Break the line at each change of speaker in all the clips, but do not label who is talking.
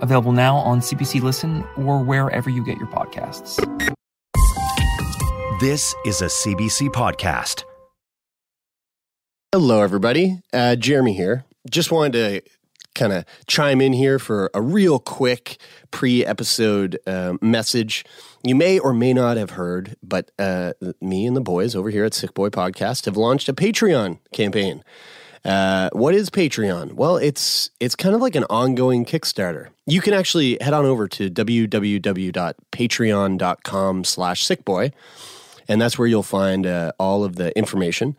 available now on CBC Listen or wherever you get your podcasts.
This is a CBC podcast.
Hello, everybody. Uh, Jeremy here. Just wanted to kind of chime in here for a real quick pre episode um, message. You may or may not have heard, but uh, me and the boys over here at Sick Boy Podcast have launched a Patreon campaign. Uh, what is Patreon? Well, it's it's kind of like an ongoing Kickstarter. You can actually head on over to www.patreon.com slash sickboy and that's where you'll find uh, all of the information.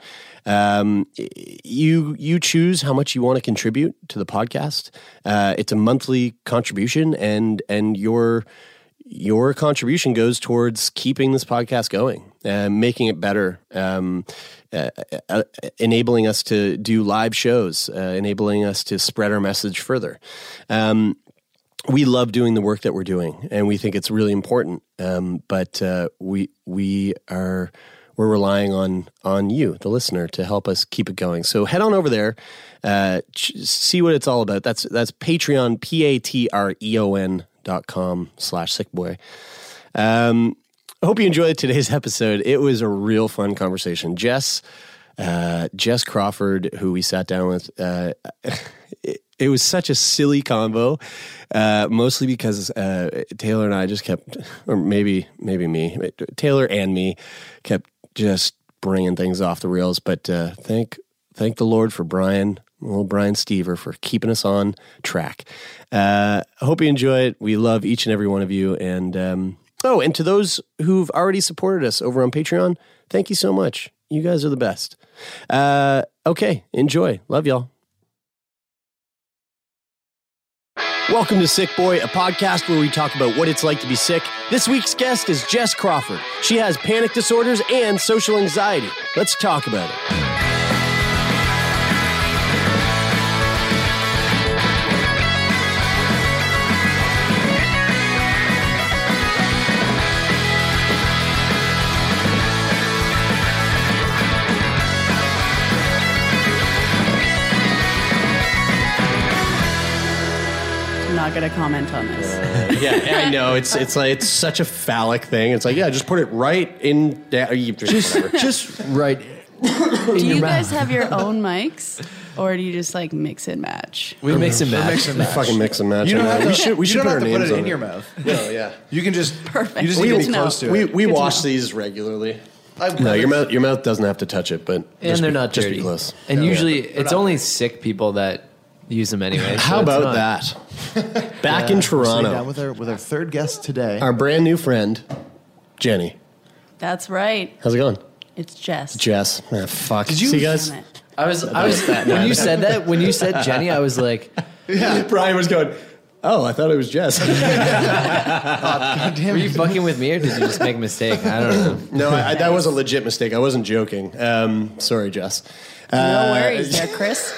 Um, y- you you choose how much you want to contribute to the podcast. Uh, it's a monthly contribution, and and your your contribution goes towards keeping this podcast going, uh, making it better, um, uh, uh, enabling us to do live shows, uh, enabling us to spread our message further. Um, we love doing the work that we're doing, and we think it's really important. Um, but uh, we we are we're relying on on you, the listener, to help us keep it going. So head on over there, uh, ch- see what it's all about. That's that's Patreon p a t r e o n dot com slash sickboy. Um, I hope you enjoyed today's episode. It was a real fun conversation. Jess, uh, Jess Crawford, who we sat down with, uh, it, it was such a silly combo, uh, mostly because uh, Taylor and I just kept, or maybe maybe me, Taylor and me, kept just bringing things off the rails. But uh, thank thank the Lord for Brian, little Brian Stever, for keeping us on track. Uh, hope you enjoy it. We love each and every one of you, and um, oh, and to those who've already supported us over on Patreon, thank you so much. You guys are the best. Uh, okay, enjoy. Love y'all. Welcome to Sick Boy, a podcast where we talk about what it's like to be sick. This week's guest is Jess Crawford. She has panic disorders and social anxiety. Let's talk about it.
I'm not going to comment on this.
yeah, I know. It's it's like it's such a phallic thing. It's like, yeah, just put it right in da- you-
Just,
whatever.
just right.
Do you guys have your own mics, or do you just like mix and match?
We mix and match.
fucking mix and match.
You don't
I know.
have to,
we should we
you
should
don't
put our
have to put
names
it
on
in
it.
your mouth.
No, yeah.
You can just
Perfect.
You just
We
need to
need
be
to
close
know.
to
We
it.
we
Good to
wash
know.
these regularly.
I-
No, your mouth your mouth doesn't have to touch it, but
And
just
they're
be-
not
just
dirty.
be close.
And
Yeah.
usually it's only sick people that use them anyway. so
How
it's
about
not-
that? Back in
We're sitting down
Toronto,
with our with our third guest today.
our brand new friend Jenny.
That's right.
How's it going,
It's Jess.
Jess? Ah, fuck.
Did you-
see, guys?
Damn it.
I was, I was, when you said that, when you said Jenny, I was like,
Yeah. Brian was going. Oh, I thought it was Jess.
God damn
were you
it.
fucking with me or did you just make a mistake? I don't know.
no, I, I, that was a legit mistake. I wasn't joking. Um, sorry, Jess.
No worries, there, Chris.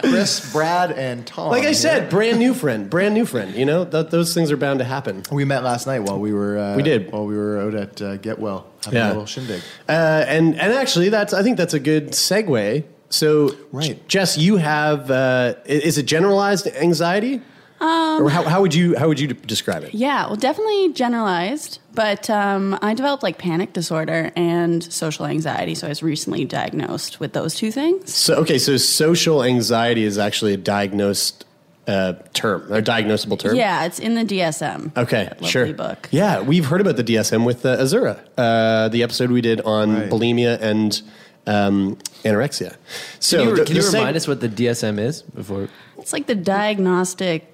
Chris, Brad, and Tom.
Like I
here.
said, brand new friend, brand new friend. You know, th- those things are bound to happen.
we met last night while we were uh,
We did.
while we were out at uh, Get Well having a
Yeah.
little shindig.
Uh, and and actually, that's I think that's a good segue. So,
Right.
Jess, you have uh, i- is it generalized anxiety, um, or how, how would you how would you de- describe it?
Yeah, well, definitely generalized, but um, I developed like panic disorder and social anxiety, so I was recently diagnosed with those two things.
So, okay, so social anxiety is actually a diagnosed uh, term, a diagnosable term.
Yeah, it's in the DSM.
Okay,
that lovely
sure.
Book.
Yeah, we've heard about the DSM with uh, Azura, uh, the episode we did on
Right.
bulimia and um, anorexia. So,
Can you,
the-
can you
the seg-
remind us what the DSM is before?
It's like the diagnostic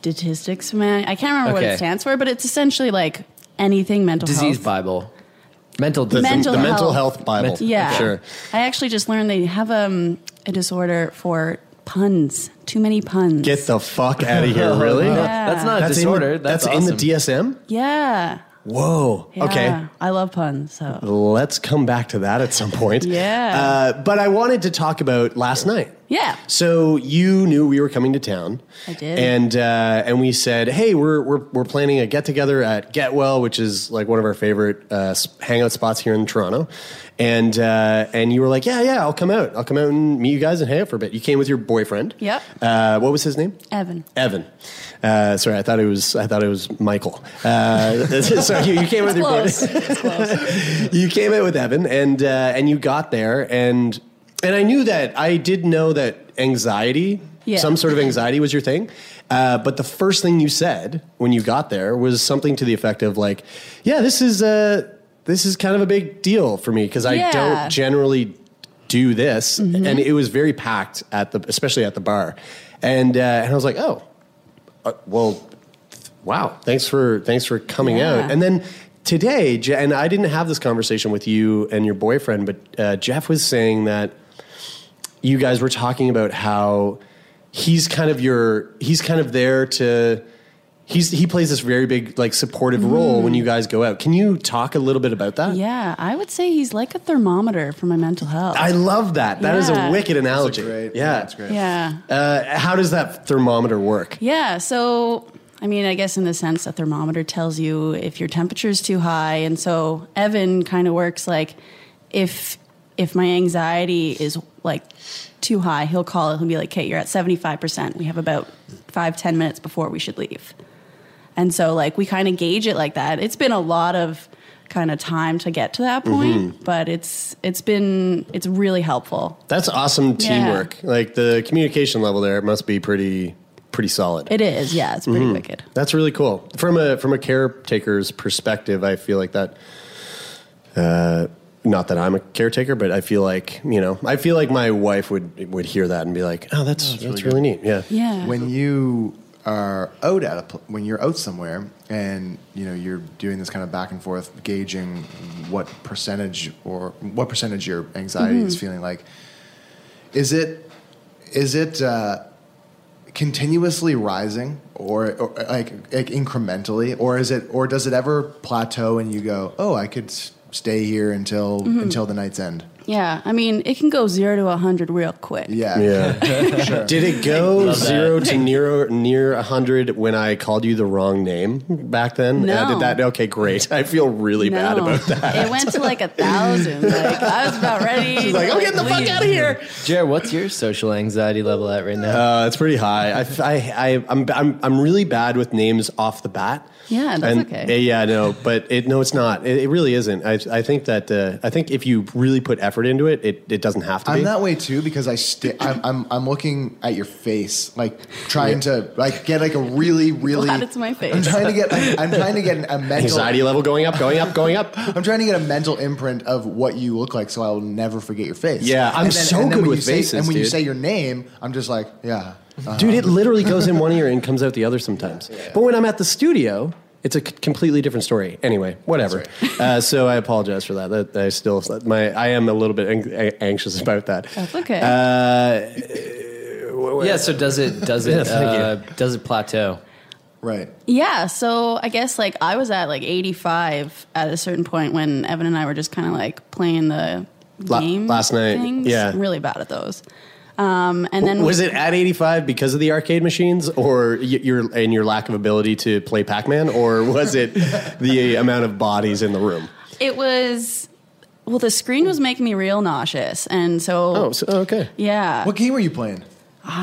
statistics man. I can't remember what
Okay.
it stands for, but it's essentially like anything mental
Disease
health.
Bible. Mental
the,
disease.
Mental
the mental
health.
health Bible?
Mental-
Yeah.
sure.
I actually just learned they have um, a disorder for
puns. Too many puns.
Get the fuck out of here, really?
That's not
That's
a disorder.
in the,
that's
that's in the DSM?
yeah.
Whoa.
Yeah.
Okay.
I love puns. So
Let's come back to that at some point.
Yeah.
Uh, but I wanted to talk about last night.
yeah.
So you knew we were coming to town.
I did.
And uh, and we said, hey, we're, we're, we're planning a get together at Getwell, which is like one of our favorite uh, s- hangout spots here in Toronto. And uh, and you were like, yeah, yeah, I'll come out. I'll come out and meet you guys and hang out for a bit. You came with your boyfriend.
Yep.
Uh, what was his name?
Evan.
Evan. Uh, sorry, I thought it was I thought it was Michael. Uh, so you, you came with your boy-
Close. It's close.
you came in with Evan, and uh, and you got there, and and I knew that I did know that anxiety,
Yeah.
some sort of anxiety, was your thing. Uh, but the first thing you said when you got there was something to the effect of like, "Yeah, this is uh, this is kind of a big deal for me because I
Yeah. Mm-hmm.
don't generally do this," and it was very packed at the, especially at the bar, and uh, and I was like, "Oh, uh, well." wow thanks for thanks for coming
Yeah.
out and then today Je- and i didn't have this conversation with you and your boyfriend but uh, jeff was saying that you guys were talking about how he's kind of your he's kind of there to he's he plays this very big like supportive role when you guys go out can you talk a little bit about that
Mm-hmm. yeah. I would say he's like a thermometer for my mental health.
i love that That is
Yeah.
a wicked analogy
great.
yeah
that's great.
yeah.
uh, how does that thermometer work
Yeah. So, I mean, I guess in the sense a thermometer tells you if your temperature is too high, and so Evan kind of works like if if my anxiety is like too high, he'll call it. He'll be like, "Kate, you're at seventy five percent. We have about five ten minutes before we should leave." And so, like, we kind of gauge it like that. It's been a lot of kind of time to get to that point, but it's it's been it's really helpful.
that's awesome
Yeah.
teamwork like the communication level there must be pretty pretty solid
It is, yeah. It's pretty wicked.
Hmm. That's really cool. From a from a caretaker's perspective, I feel like that. Uh, not that I'm a caretaker, but I feel like you know, I feel like my wife would would hear that and be like, "Oh, that's that's, really, neat." Yeah.
Yeah.
When you are out at a pl- when you're out somewhere and you know you're doing this kind of back and forth gauging what percentage or what percentage your anxiety is
Mm-hmm.
feeling like is it is it uh, continuously rising or, or like, like incrementally or is it or does it ever plateau and you go oh i could s- stay here until until the night's end
Mm-hmm. Yeah, I mean, it can go zero to a 100 real quick.
yeah
Yeah. Did it go zero to near near hundred when I called you the wrong name back then? Uh,
No.
did that? Okay, great. I feel really bad
No.
about that.
It went to like a thousand. Like, I was about ready. She's
Like, I'm getting the fuck out of here.
Jared, what's your social anxiety level at right now?
Uh, it's pretty high. I, I, I, I'm, I'm, I'm really bad with names off the bat.
Yeah, that's
And-
okay.
eh, yeah, no, but it, no, it's not. It, it really isn't. I, I think that, uh, I think if you really put effort into it, it, it doesn't have to
I'm
be.
that way too because I sti I'm, I'm I'm looking at your face, like trying to like get like a really really.
Glad it's my face.
I'm trying to get I'm, I'm trying to get a mental
Anxiety level going up, going up, going up.
I'm trying to get a mental imprint of what you look like, so I will never forget your face.
Yeah, I'm so good
when
with
you say-
faces,
And when you
dude.
say your name, I'm just like, yeah, uh,
Dude, it literally goes in one ear and comes out the other sometimes. But when I'm at the studio, it's a c- completely different story. Anyway, whatever. Uh, so I apologize for that. that. I still, my, I am a little bit ang- anxious about that.
That's okay.
yeah. So does it does it
thank you.
uh, does it plateau?
right.
yeah, so I guess like I was at like 85 at a certain point when Evan and I were just kind of like playing the
La-
game
last night,
Things.
yeah.
I'm really bad at those. Um, and then
was it at 85 because of the arcade machines or y- your and your lack of ability to play Pac-Man or was it the amount of bodies in the room?
It was. Well, the screen was making me real nauseous, and so
Oh, so, okay.
yeah.
What game were you playing?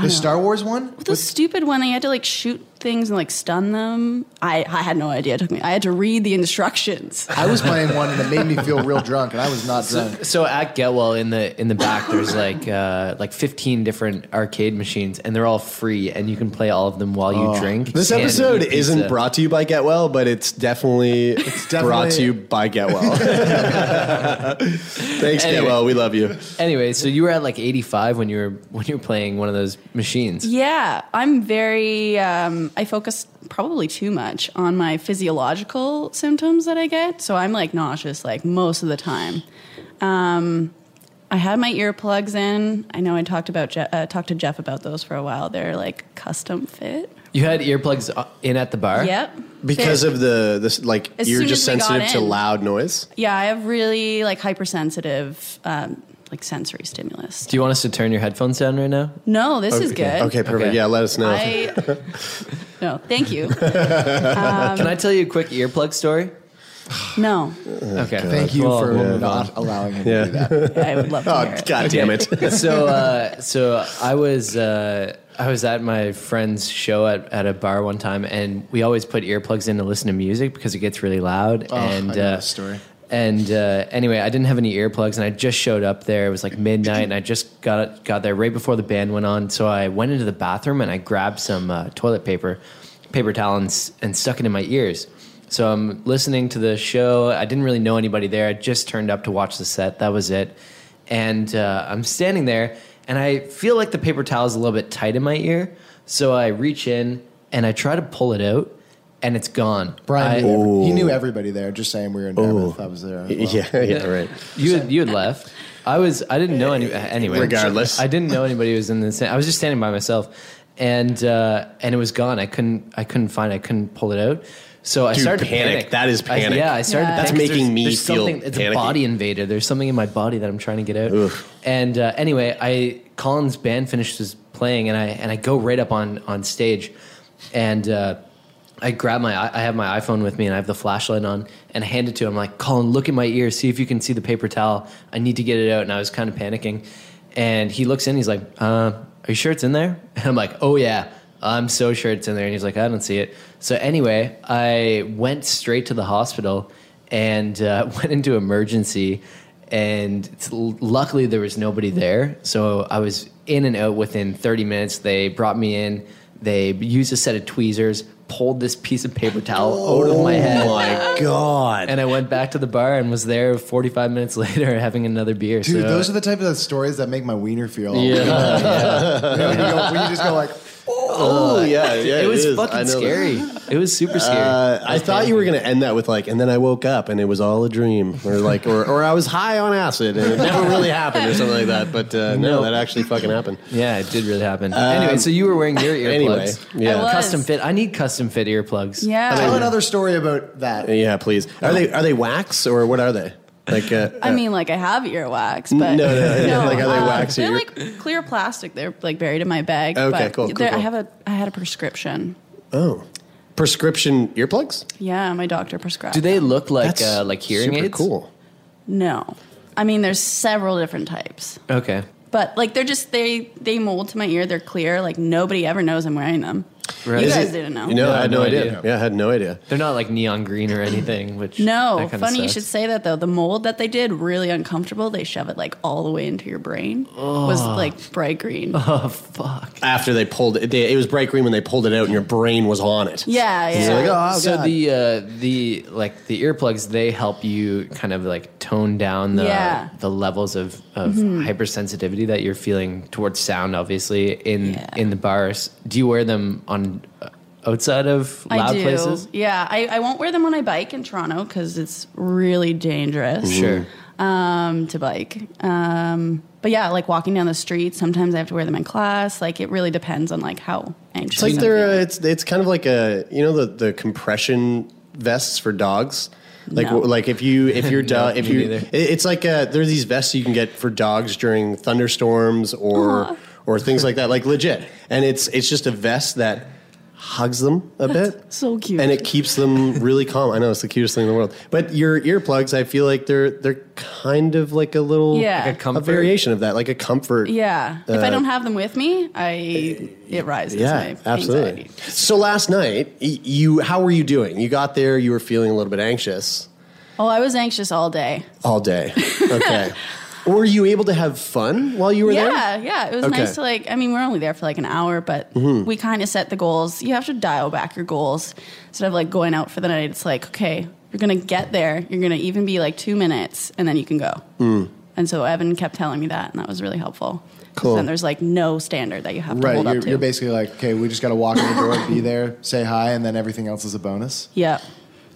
The Star Wars one.
the stupid one they had to like shoot things and like stun them i i had no idea it took me i had to read the instructions
I was playing one, and it made me feel real drunk, and I was not drunk.
So at Getwell in the in the back, there's like uh, like 15 different arcade machines, and they're all free, and you can play all of them while you drink.
This
and
episode
eat pizza.
isn't brought to you by Getwell, but it's definitely, brought to you by Getwell. Thanks,
Anyway.
Getwell. We love you.
Anyway, so you were at like 85 when you were when you were playing one of those machines.
yeah i'm very um i focus probably too much on my physiological symptoms that i get so i'm like nauseous like most of the time um I had my earplugs in. I know I talked about Je- uh, talked to Jeff about those for a while. They're like custom fit.
You had earplugs uh, in at the bar?
Yep.
Because
They're-
of the this like
As
you're
soon
just
as we got
sensitive to
in.
loud noise.
yeah, I have really like hypersensitive um, like sensory stimulus.
Do you want us to turn your headphones down right now?
No, this is good.
Okay, perfect.
Okay.
Yeah, let us know.
I no, thank you.
Can I tell you a quick earplug story?
No,
Okay.
Thank you
Well,
for
we'll move on.
not allowing him to do that.
I would love to hear
oh
it.
god damn it.
so uh, so I was uh, I was at my friend's show at, at a bar one time, and we always put earplugs in to listen to music because it gets really loud. and
I know
uh,
this story.
And uh, anyway, I didn't have any earplugs, and I just showed up there. It was like midnight, and I just got got there right before the band went on. So I went into the bathroom and I grabbed some uh, toilet paper, paper towel, and, s- and stuck it in my ears. So I'm listening to the show. I didn't really know anybody there. I just turned up to watch the set. That was it. And uh, I'm standing there, and I feel like the paper towel is a little bit tight in my ear. So I reach in and I try to pull it out, and it's gone.
Brian,
I-
knew every- he knew everybody there. Just saying, we were in Dartmouth. I was there. as well.
yeah, yeah, right.
You had, you had left. I was I didn't know any anyway.
Eh, Regardless.
I didn't know anybody was in this. I was just standing by myself, and uh, and it was gone. I couldn't I couldn't find. I couldn't pull it out. So I
Dude,
started to
panic.
panic.
That is
I-
panic.
yeah, I started. to
That's
panic 'cause
making
there's-
me
there's
feel
something- It's
panicky.
a body invader. There's something in my body that I'm trying to get out. And uh, anyway, I Colin's band finishes playing, and I and I go right up on on stage, and. Uh, I grab my I have my iPhone with me and I have the flashlight on and I hand it to him. I'm like, Colin, look at my ear, see if you can see the paper towel. I need to get it out. And I was kind of panicking. And he looks in, he's like, uh, are you sure it's in there? And I'm like, oh yeah, I'm so sure it's in there. And he's like, I don't see it. So anyway, I went straight to the hospital and uh, went into emergency. And it's- luckily there was nobody there. So I was in and out within 30 minutes. They brought me in. They used a set of tweezers, pulled this piece of paper towel
Oh
out of my head,
Oh My god.
and I went back to the bar and was there 45 minutes later having another beer.
Dude,
so
those are the type of stories that make my wiener feel. all-
Yeah.
You know, when, you go, when you just go like,
oh, yeah, yeah.
it was
is. I
fucking
know that.
scary. It was super scary.
Uh, I thought you were going to end that with like, and then I woke up and it was all a dream, or like, or, or I was high on acid and it never really happened, or something like that. But uh, no,
No.
that actually fucking happened.
yeah, it did really happen. anyway, so you were wearing your earplugs.
um, Anyway, yeah,
I was.
Custom fit. I need custom fit earplugs.
Yeah,
tell another story about that.
yeah. Please, are they are they wax or what are they? Like, uh,
I mean, like I have earwax, but uh,
no, no, yeah, like, are they wax
They're
ear-
like clear plastic. They're like buried in my bag.
Okay,
but
cool, cool,
they're-
cool.
I have a I had a prescription.
oh, prescription earplugs.
Yeah, my doctor prescribed.
Do they look like
That's
uh, like hearing
super
aids?
Cool.
No, I mean there's several different types,
Okay.
but like they're just they they mold to my ear. They're clear. Like nobody ever knows I'm wearing them.
Right.
You
Is
guys
it-
didn't know.
You know, I had no, idea.
idea.
Yeah, I had no idea.
They're not like neon green or anything, which
No,
that kinda
funny you
sucks.
should say that though. The mold that they did really uncomfortable. They shove it like all the way into your brain. Was like bright green.
Oh fuck.
After they pulled it, they, it was bright green when they pulled it out, and your brain was on it.
Yeah, yeah.
So, like, oh,
so
God.
the uh, the like the earplugs they help you kind of like tone down the
Yeah.
the levels of, of hypersensitivity that you're feeling towards sound obviously in
Yeah.
in the bars do you wear them on uh, outside of loud
I do.
places
Yeah, I, I won't wear them when I bike in Toronto because it's really dangerous.
Mm-hmm. Sure.
Um, to bike. Um, but yeah, like walking down the street, sometimes I have to wear them in class. Like it really depends on like how
It's
anxious.
like
I'm
they're uh,
feeling.
it's it's kind of like a you know the the compression vests for dogs. Like
No.
like if you if your dog if
me
you
neither.
it- it's like uh there are these vests you can get for dogs during thunderstorms or or things like that like legit and it's it's just a vest that hugs them a bit
so cute.
and it keeps them really calm i know it's the cutest thing in the world but your earplugs i feel like they're they're kind of like a little
Yeah. Like a
comfort?
variation of that like a comfort
yeah. if I
uh,
don't have them with me, I it rises.
yeah,
my
absolutely.
Anxiety.
So last night, y- you how were you doing? You got there, you were feeling a little bit anxious
Oh, I was anxious all day.
all day. Okay. were you able to have fun while you were there?
yeah, yeah. It was
Okay.
nice to like. I mean, we're only there for like an hour, but we kind of set the goals. You have to dial back your goals instead of like going out for the night. It's like okay, you're gonna get there. You're gonna even be like two minutes, and then you can go. And so Evan kept telling me that, and that was really helpful. 'Cause
Cool.
Then there's like no standard that you have to
Right,
hold
you're,
up to.
you're basically like, okay, we just got to walk in the door, be there, say hi, and then everything else is a bonus.
yeah.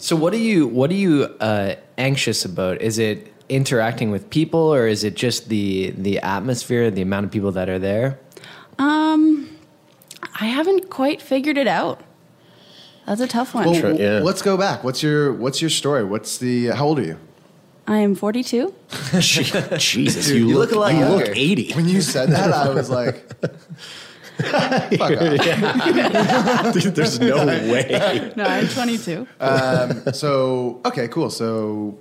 so what are you what are you uh, anxious about is it interacting with people, or is it just the the atmosphere, the amount of people that are there?
Um, I haven't quite figured it out. That's a tough one.
Well,
Sure, uh, yeah.
Let's go back. What's your What's your story? What's the uh, How old are you?
I am 42.
Jesus, you, look,
a lot
you look
younger.
eighty.
When you said that, I was like, "Fuck off."
There's no way.
No, I'm 22.
So okay, cool. So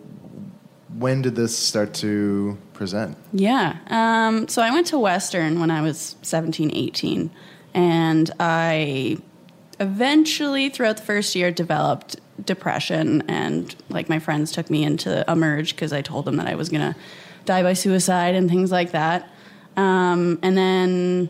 when did this start to present?
Yeah. Um, so I went to Western when I was 17, 18. And I eventually, throughout the first year, developed depression. And like my friends took me into Emerge because I told them that I was going to die by suicide and things like that. Um, and then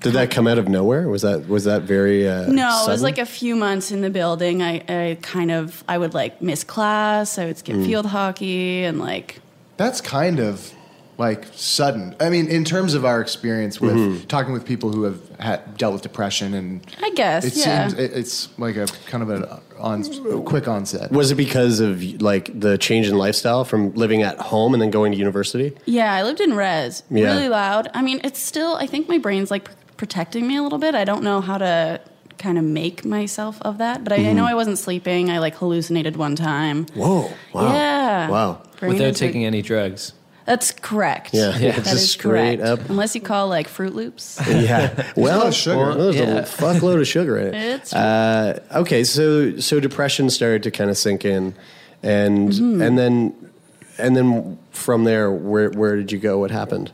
Did that come out of nowhere? Was that was that very uh,
No, it was
sudden?
like a few months in the building. I, I kind of I would like miss class. I would skip field hockey and like
That's kind of like sudden. I mean, in terms of our experience with
Mm-hmm.
talking with people who have had, dealt with depression, and
I guess
it
yeah.
seems it, it's like a kind of an on quick onset.
Was it because of like the change in lifestyle from living at home and then going to university?
yeah, I lived in res.
Yeah.
Really loud. I mean, it's still I think my brain's like pr- protecting me a little bit. I don't know how to kind of make myself of that, but I,
Mm-hmm.
I know I wasn't sleeping. I like hallucinated one time.
Whoa! Wow!
Yeah.
Wow!
Brain
Without
is like-
taking any drugs.
That's correct.
Yeah,
Yeah.
That
just
is
straight
correct.
up.
Unless you call like Fruit Loops.
Yeah. well,
of sugar.
well, there's
Yeah.
a fuckload of sugar in it.
It's
uh, okay. So so depression started to kind of sink in, and
Mm-hmm.
and then and then from there, where where did you go? What happened?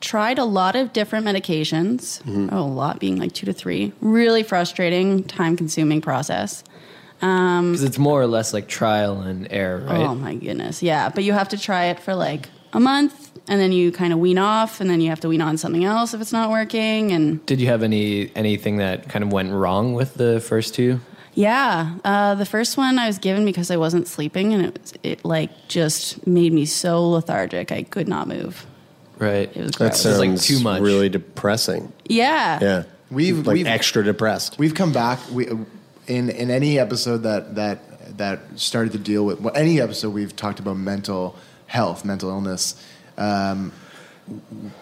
tried a lot of different medications,
Mm-hmm.
Oh, a lot being like two to three. Really frustrating, time consuming process.
Because it's more or less like trial and error, right?
Oh my goodness. Yeah. But you have to try it for like a month and then you kind of wean off and then you have to wean on something else if it's not working. And
Did you have any anything that kind of went wrong with the first two?
yeah, uh, the first one I was given because I wasn't sleeping and it, was, it like just made me so lethargic. I could not move.
Right.
It was
That
gross.
sounds
like too much.
Really depressing.
yeah.
Yeah.
We've-
like
we've-
extra depressed.
We've come back we, in in any episode that that that started to deal with well, any episode we've talked about mental health, mental illness. Um,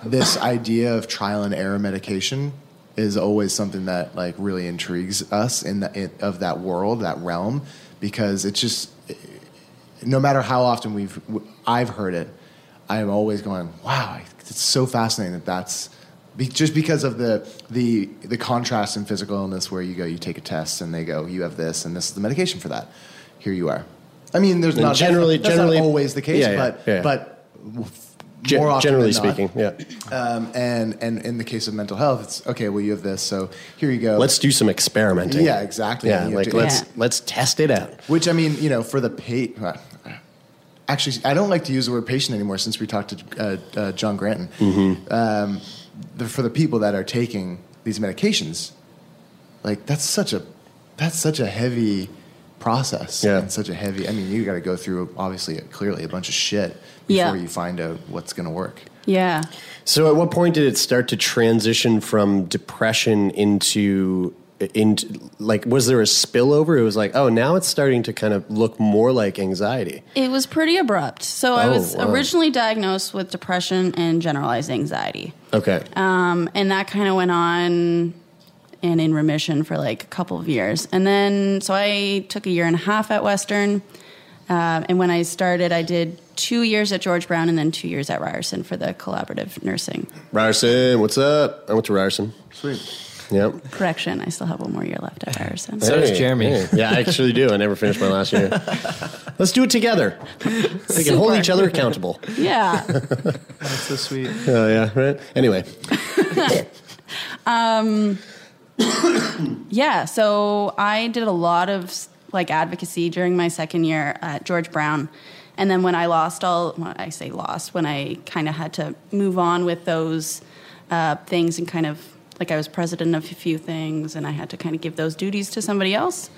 this idea of trial and error medication is always something that like really intrigues us in the in, of that world, that realm, because it's just no matter how often we've w- I've heard it, I am always going, wow, I- it's so fascinating that that's be, just because of the the the contrast in physical illness where you go, you take a test and they go, you have this and this is the medication for that. Here you are. I mean, there's
And
not
generally-
that's not
generally-
always the case,
yeah, yeah,
but
yeah.
but w-
Gen-
more often
generally
than not.
speaking, yeah.
Um, and and in the case of mental health, it's okay. Well, you have this, so here you go.
Let's do some experimenting.
Yeah, exactly.
Yeah,
You
like
do-
let's
Yeah.
let's test it out.
Which I mean, you know, for the pay. Actually, I don't like to use the word patient anymore since we talked to uh, uh, John Granton.
Mm-hmm.
Um, the, for the people that are taking these medications, like that's such a that's such a heavy process
Yeah.
and such a heavy. I mean, you got to go through obviously clearly a bunch of shit
Yeah.
before you find out what's going to work.
Yeah.
So, at what point did it start to transition from depression into into like was there a spillover? It was like, oh, now it's starting to kind of look more like anxiety.
It was pretty abrupt. So I
Oh,
was
wow.
originally diagnosed with depression and generalized anxiety.
Okay,
Um, and that kind of went on and in remission for like a couple of years. And then, so I took a year and a half at Western. Um, and when I started, I did two years at George Brown and then two years at Ryerson for the collaborative nursing.
Ryerson, what's up? I went to Ryerson.
Sweet.
Yep.
Correction, I still have one more year left at Ryerson.
So does Jeremy.
Yeah, I actually do. I never finished my last year. Let's do it together. We can hold
Super.
each other accountable.
Yeah.
That's so sweet.
Oh yeah, right. Anyway,
Um, Yeah, so I did a lot of like advocacy during my second year at George Brown. And then when I lost all, well, I say lost, when I kind of had to move on with those uh, things and kind of like I was president of a few things and I had to kind of give those duties to somebody else.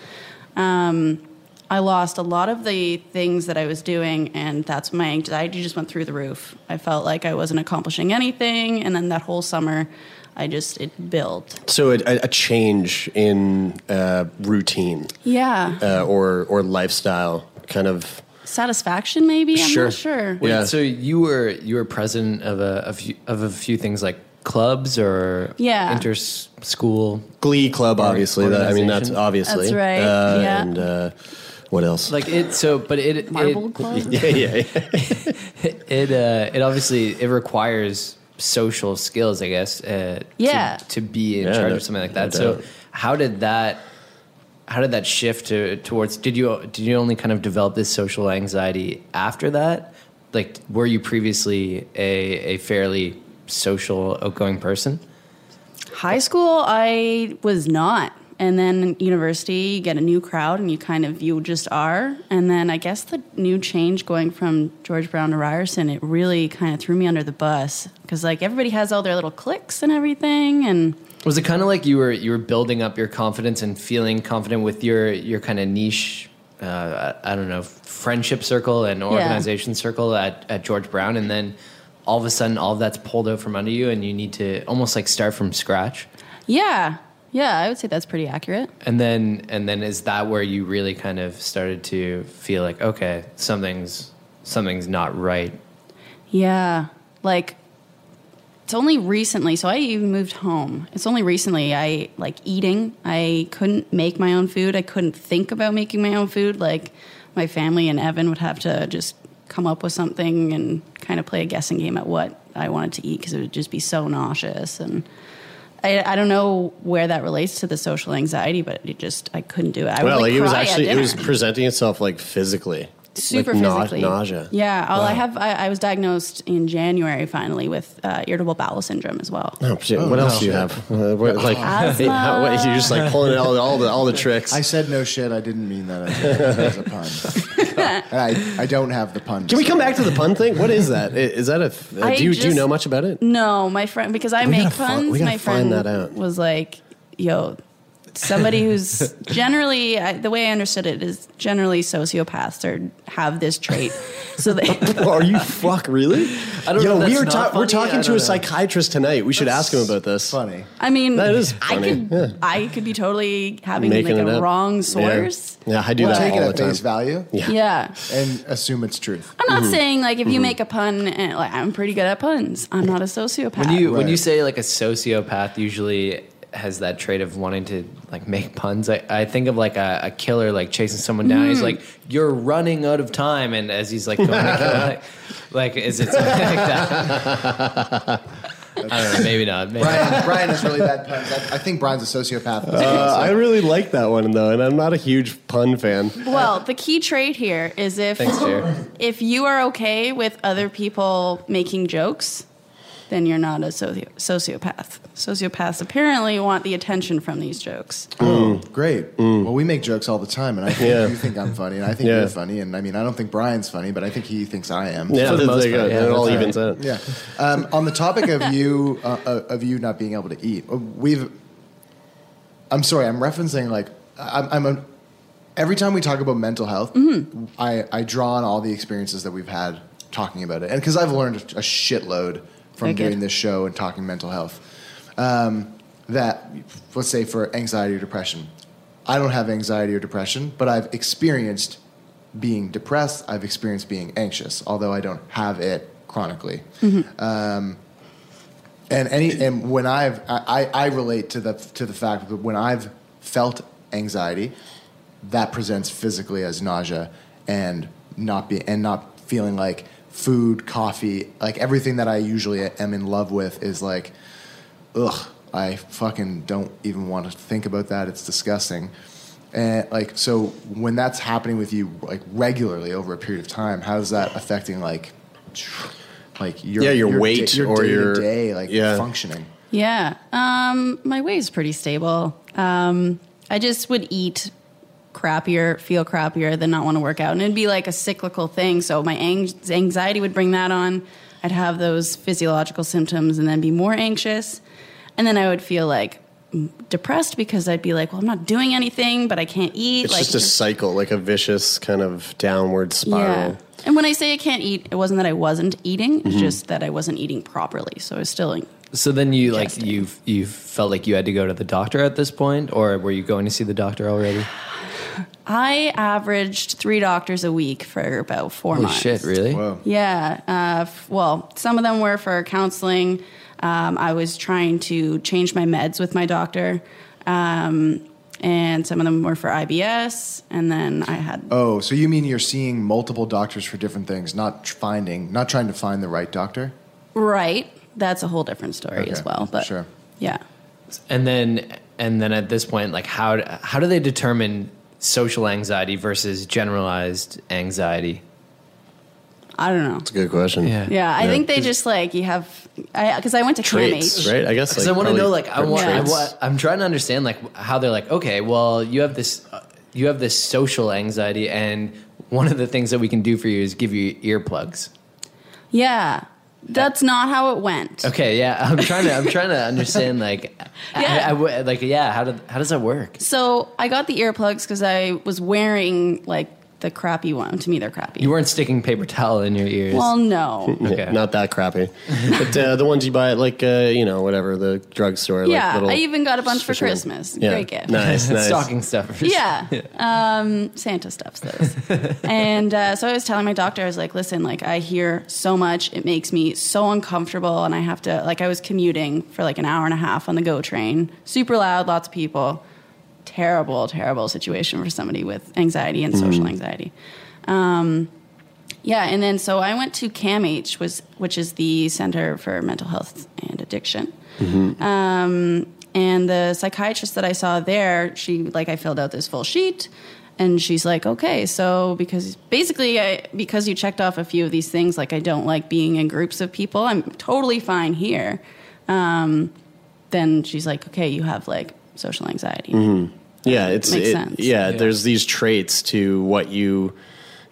Um, I lost a lot of the things that I was doing, and that's when my anxiety just went through the roof. I felt like I wasn't accomplishing anything, and then that whole summer, I just it built.
so a, a a change in uh, routine
Yeah.
uh, or or lifestyle kind of
satisfaction, maybe. I'm
Sure.
not sure.
Wait,
Yeah.
so you were you were president of a, a few, of a few things like clubs or
Yeah.
inter school
Glee Club, obviously. That, I mean, that's
Organization.
obviously.
That's right,
Uh,
yeah.
And uh, what else?
like it so but it it-
Marble club.
yeah, yeah, yeah.
it uh, it obviously it requires social skills, I guess. Uh, to-
Yeah.
To, be in
Yeah,
charge
no-
of something like
no
that. so
doubt.
how did that? How did that shift to, towards? Did you did you only kind of develop this social anxiety after that? Like, were you previously a a fairly social, outgoing person?
High school, I was not. And then in university, you get a new crowd and you kind of, you just are. And then I guess the new change going from George Brown to Ryerson, it really kind of threw me under the bus because like everybody has all their little cliques and everything. And
Was it kind of like you were you were building up your confidence and feeling confident with your your kind of niche? Uh, I I don't know, friendship circle and organization circle at, at George Brown, and then all of a sudden, all of that's pulled out from under you, and you need to almost like start from scratch.
yeah, yeah, I would say that's pretty accurate.
And then, and then, is that where you really kind of started to feel like, okay, something's something's not right?
Yeah. Like it's only recently, so I even moved home. It's only recently I like eating. I couldn't make my own food. I couldn't think about making my own food. Like my family and Evan would have to just come up with something and kind of play a guessing game at what I wanted to eat because it would just be so nauseous and I, I don't know where that relates to the social anxiety, but it just I couldn't do it. I
well,
would,
like, it was
cry at
actually it
dinner
was presenting itself like physically,
super
like, nau-
physically
nausea.
Yeah, all I
Wow.
have. I, I was diagnosed in January finally with uh, irritable bowel syndrome as well.
Oh, shit. what else do you have? Uh, what, like, yeah, what, you're just like pulling out all, the all the tricks.
I said no shit. I didn't mean that as a, as a pun. And I, I don't have the pun.
Can we come back to the pun thing? What is that? I- Is that a? f- Uh,
I
do you do you
just-
know much about it?
No, my friend, because I
We
make
gotta fi-
puns.
we gotta
my
find
friend
that out.
was like, "Yo, somebody who's generally I, the way I understood it is generally sociopaths or have this trait, so they."
Are you fuck really?
I don't
Yo,
know if
we
that's
are
not
ta- we're
funny.
talking
I
to
don't
a
know.
psychiatrist tonight. We should ask him about this.
Funny.
I mean,
That is
I
funny,
could,
yeah.
I could be totally having
Making it
like a
up. Yeah.
wrong source.
Yeah, I do
We'll
that
take it
all the
at
time.
face value
yeah.
and assume it's truth.
I'm not
Mm-hmm.
saying like if you make a pun, and, like I'm pretty good at puns. I'm not a sociopath.
When you when
Right.
you say like a sociopath usually has that trait of wanting to like make puns, I, I think of like a, a killer like chasing someone down. He's like, "You're running out of time," and as he's like going to kill, like, like is it something like that? I don't know. Maybe not. Maybe.
Brian, Brian is really bad puns. I, I think Brian's a sociopath.
Uh, I really like that one though, and I'm not a huge pun fan.
Well, the key trait here is if
Thanks, Jer.
if you are okay with other people making jokes, then you're not a socio- sociopath. Sociopaths apparently want the attention from these jokes.
Great. Well, we make jokes all the time, and I think
Mm. Yeah.
you think I'm funny, and I think
Yeah.
you're funny, and I mean, I don't think Brian's funny, but I think he thinks I am.
Yeah,
For the
there
most
you go.
part, yeah,
it all
that's
evens out.
Yeah. Um, on the topic of you uh, uh, of you not being able to eat, uh, we've. I'm sorry. I'm referencing like I'm. I'm a, every time we talk about mental health, I I draw on all the experiences that we've had talking about it, and because I've learned a shitload from
Okay.
doing this show and talking mental health. Um, that let's say for anxiety or depression, I don't have anxiety or depression, but I've experienced being depressed. I've experienced being anxious, although I don't have it chronically. And any and when I've I, I I relate to the to the fact that when I've felt anxiety, that presents physically as nausea and not be and not feeling like food, coffee, like everything that I usually am in love with is like, ugh, I fucking don't even want to think about that. It's disgusting. And like so when that's happening with you like regularly over a period of time, how's that affecting like like your
Yeah, your
da-
weight
your
or
day
your-
to day like
yeah.
functioning?
Yeah. Um, my weight's pretty stable. Um, I just would eat crappier, feel crappier, than not want to work out. And it'd be like a cyclical thing. So my ang- anxiety would bring that on. I'd have those physiological symptoms and then be more anxious. And then I would feel like mm, depressed because I'd be like, well, I'm not doing anything, but I can't eat.
It's
like,
just a cycle, like a vicious kind of downward spiral. Mm-hmm.
yeah. And when I say I can't eat, it wasn't that I wasn't eating, it's just that I wasn't eating properly. So I was still
So then you like
Interesting.
you you felt like you had to go to the doctor at this point, or were you going to see the doctor already?
I averaged three doctors a week for about four
Holy
months.
shit, really?
Whoa.
Yeah. Uh, f- well, some of them were for counseling. Um, I was trying to change my meds with my doctor. Um, and some of them were for IBS. And then I had.
Oh, so you mean you're seeing multiple doctors for different things, not tr- finding, not trying to find the right doctor?
Right. That's a whole different story
Okay,
as well. But
sure.
yeah.
And then and then at this point, like how d- how do they determine social anxiety versus generalized anxiety?
I don't know.
Good question.
Yeah. I think they just like, you have. I Because I went to
Traits,
CAMH.
right? I guess.
Because I want to
probably
know, like, I
different
want, I
traits.
want, I'm trying to understand, like, how they're like, okay, well, you have this, uh, you have this social anxiety, and one of the things that we can do for you is give you earplugs.
Yeah. That's not how it went.
Okay, yeah, I'm trying to, I'm trying to understand, like,
Yeah.
I, I w- like, yeah, how do, how does that work?
So I got the earplugs because I was wearing like the crappy one. To me, they're crappy.
You weren't sticking paper towel in your ears.
well, no.
Yeah,
Okay.
Not that crappy, but uh, the ones you buy at like uh, you know whatever the drugstore.
yeah,
like little
I even got a bunch for
fisherman.
Christmas.
Yeah.
Great gift.
Nice, nice.
stocking stuffers.
Yeah. Um, Santa stuffs those. and uh, so I was telling my doctor, I was like, listen, like I hear so much. It makes me so uncomfortable. And I have to, like, I was commuting for like an hour and a half on the GO train, super loud, lots of people. Terrible, terrible situation for somebody with anxiety and social anxiety. Um, yeah, and then so I went to CAMH, was, which is the Center for Mental Health and Addiction. Um, and the psychiatrist that I saw there, she like I filled out this full sheet, and she's like, okay, so because basically I, because you checked off a few of these things, like I don't like being in groups of people. I'm totally fine here. Um, then she's like, okay, you have like social anxiety.
Mm-hmm.
Yeah, it's
Makes
it-
sense.
Yeah, there's these traits to what you,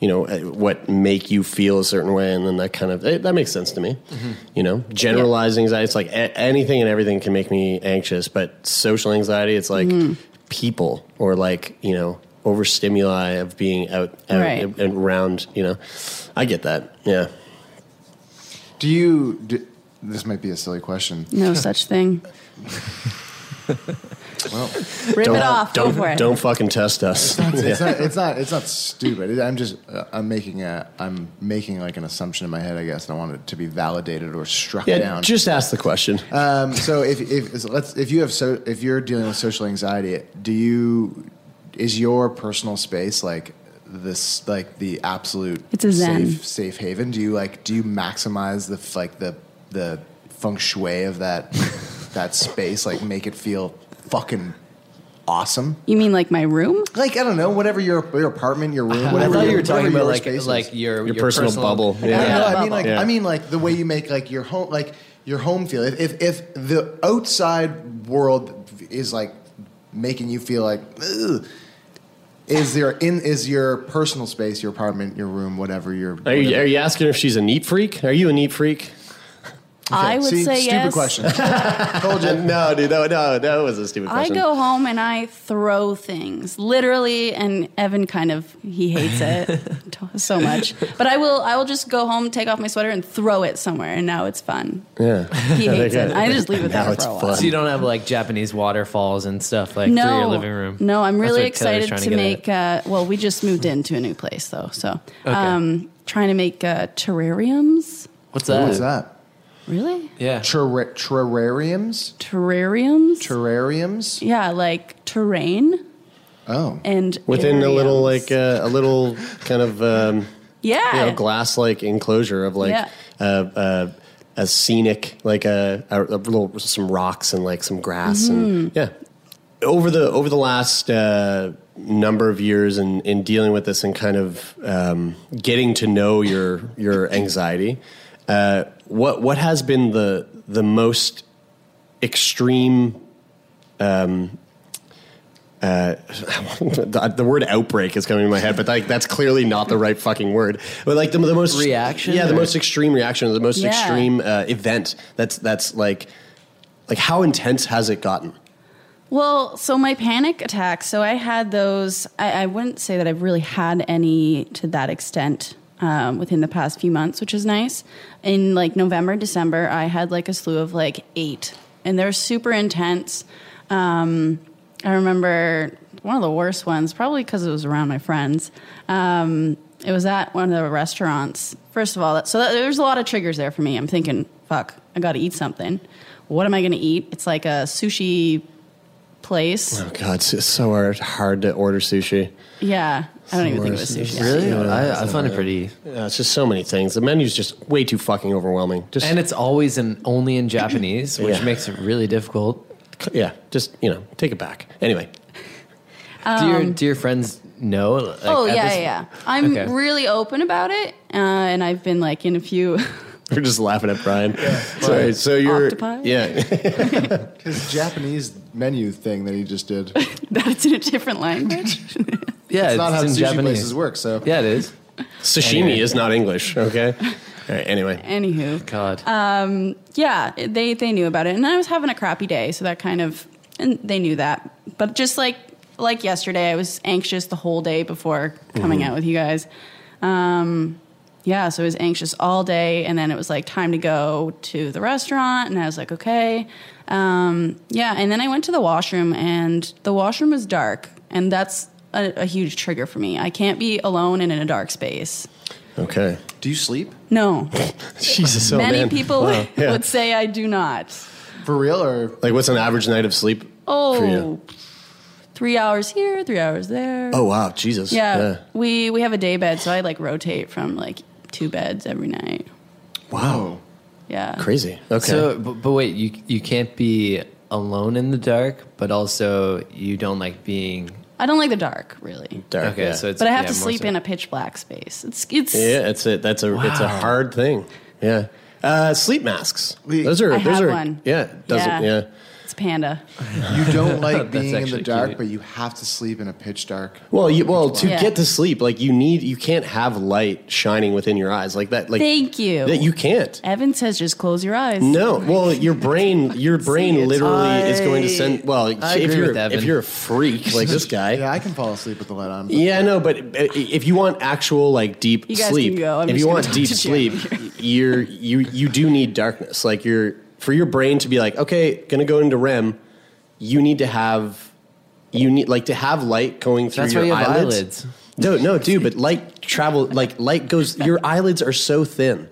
you know, uh, what make you feel a certain way, and then that kind of it, that makes sense to me.
Mm-hmm.
You know, generalized anxiety. It's like a- anything and everything can make me anxious, but social anxiety. It's like
Mm-hmm.
people or like you know overstimuli of being out, out
Right.
and, and around. You know, I get that. Yeah.
Do you? Do, this might be a silly question.
No such thing.
Well,
Rip it off.
Don't
Go for it.
don't fucking test us.
it's not. It's not. It's not stupid. I'm just. Uh, I'm making a. I'm making like an assumption in my head, I guess, and I want it to be validated or struck
yeah,
down.
just ask the question.
Um, so if if is- let's if you have so if you're dealing with social anxiety, do you is your personal space like this like the absolute
It's a zen.
safe safe haven? Do you like do you maximize the f- like the the feng shui of that that space like make it feel fucking awesome?
You mean like my room?
Like I don't know, whatever your your apartment, your room,
I
whatever.
thought
your-
you were talking
whatever
about
your
like
space is.
like your
Your personal bubble. Yeah.
I don't know,
Yeah.
I mean, like,
Yeah.
I mean, like the way you make like your home, like your home feel. If if, if the outside world is like making you feel like, Ugh, is there in is your personal space, your apartment, your room, whatever your.
Are you, are you asking if she's a neat freak? Are you a neat freak?
I would
See,
say
stupid
yes.
question. Told you.
No, dude, no, no, that was a stupid
I
question.
go home and I throw things, literally, and Evan kind of he hates it t- so much. But I will, I will just go home, take off my sweater, and throw it somewhere, and now it's fun.
Yeah.
He hates
Okay.
it. I just leave it
Now
there
it's
for a while.
fun.
So you don't have like Japanese waterfalls and stuff like through your
No,
living room.
no, I'm
That's
really
what Taylor's
excited
trying
to,
get at.
make. Uh, well, we just moved into a new place though, so um, trying to make uh, terrariums.
What's that?
What's that?
Really,
Yeah.
Terra- terrariums,
terrariums?
terrariums.
yeah, like terrain
Oh,
and
Within a little
areums.
like uh, a little kind of um, you
yeah,
know, glass like enclosure of like
Yeah.
uh, uh, a scenic like a, a, a little some rocks and like some grass
Mm-hmm.
and yeah. Over the over the last uh, number of years in, in dealing with this and kind of um, getting to know your your anxiety, uh, what what has been the the most extreme um, uh, the, the word outbreak is coming to my head, but like that's clearly not the right fucking word. But like the, the most
Reaction,
yeah, the
or-
most extreme reaction, or the most
Yeah.
extreme uh, event. That's that's like, like how intense has it gotten?
Well, so my panic attacks. So I had those. I, I wouldn't say that I've really had any to that extent um, within the past few months, which is nice. In like November, December, I had like a slew of like eight, and they're super intense. Um, I remember one of the worst ones, probably because it was around my friends. Um, it was at one of the restaurants. First of all, that, so that, there's a lot of triggers there for me. I'm thinking, fuck, I got to eat something. What am I going to eat? It's like a sushi place.
Oh God, it's just so hard, hard to order sushi.
Yeah, I don't even think it was sushi.
Really? I, I find it pretty.
Yeah, it's just so many things. The menu's just way too fucking overwhelming. Just
And it's always and only in Japanese, which
Yeah.
makes it really difficult.
yeah, just you know, take it back. Anyway,
do your do your friends know? like,
Um, oh
at
yeah,
this-
yeah. I'm
Okay.
really open about it, uh, and I've been like in a few.
we're just laughing at Brian. Sorry, so you're
Octopi?
yeah.
His Japanese menu thing that he just did. It's
that it's in a different language.
yeah. It's,
not how
in
sushi
Japanese.
places work. So
Yeah, it is.
Sashimi is not English. Okay. All right, anyway,
Anywho,
God,
yeah, they they knew about it, and I was having a crappy day, so that kind of and they knew that. But just like like yesterday, I was anxious the whole day before coming
Mm-hmm.
out with you guys. Um, yeah, so I was anxious all day, and then it was like time to go to the restaurant, and I was like, okay, um, yeah. And then I went to the washroom, and the washroom was dark, and that's a, a huge trigger for me. I can't be alone and in a dark space.
okay.
do you sleep
No,
Jesus, so
many
man.
people
Wow, yeah.
would say I do not.
for real or
like, what's an average night of sleep? for
Oh,
you?
three hours here, three hours there.
Oh wow, Jesus.
yeah. We we have a day bed, so I like rotate from like two beds every night.
Wow.
Yeah.
Crazy. Okay.
So,
Um,
but, but wait, you you can't be alone in the dark, but also you don't like being.
I don't like the dark really,
Dark,
Okay,
yeah.
so it's.
but I have
yeah,
to
more
sleep
so-
in a pitch black space. It's it's.
yeah, that's it. That's a it's a
Wow.
hard thing. Yeah. Uh, sleep masks.
We-
Those are
I
those
have
are
one.
yeah. Doesn't
Yeah.
yeah.
It's panda.
you don't
That's
like being in the
actually
dark,
cute.
but you have to sleep in a pitch dark.
Well, you, well to
Yeah.
get to sleep, like you need you can't have light shining within your eyes like that. Like
Thank you.
that you can't.
Evan says, just close your eyes.
No, well, your brain, your brain
it.
literally is going to send. Well,
I
if
agree
you're
with Evan.
if you're a freak like this guy,
Yeah, I can fall asleep with the light on. but
Yeah, I know, but uh, if you want actual like deep
You guys can
sleep,
go. I'm
if
just
you
gonna
want
talk
deep
to
sleep,
Jeremy
you're you you do need darkness. Like you're for your brain to be like, okay, gonna go into REM. You need to have you need like to have light going through
That's
your
why you have
eyelids.
eyelids.
No, no, dude, but light travel like light goes. Your eyelids are so thin.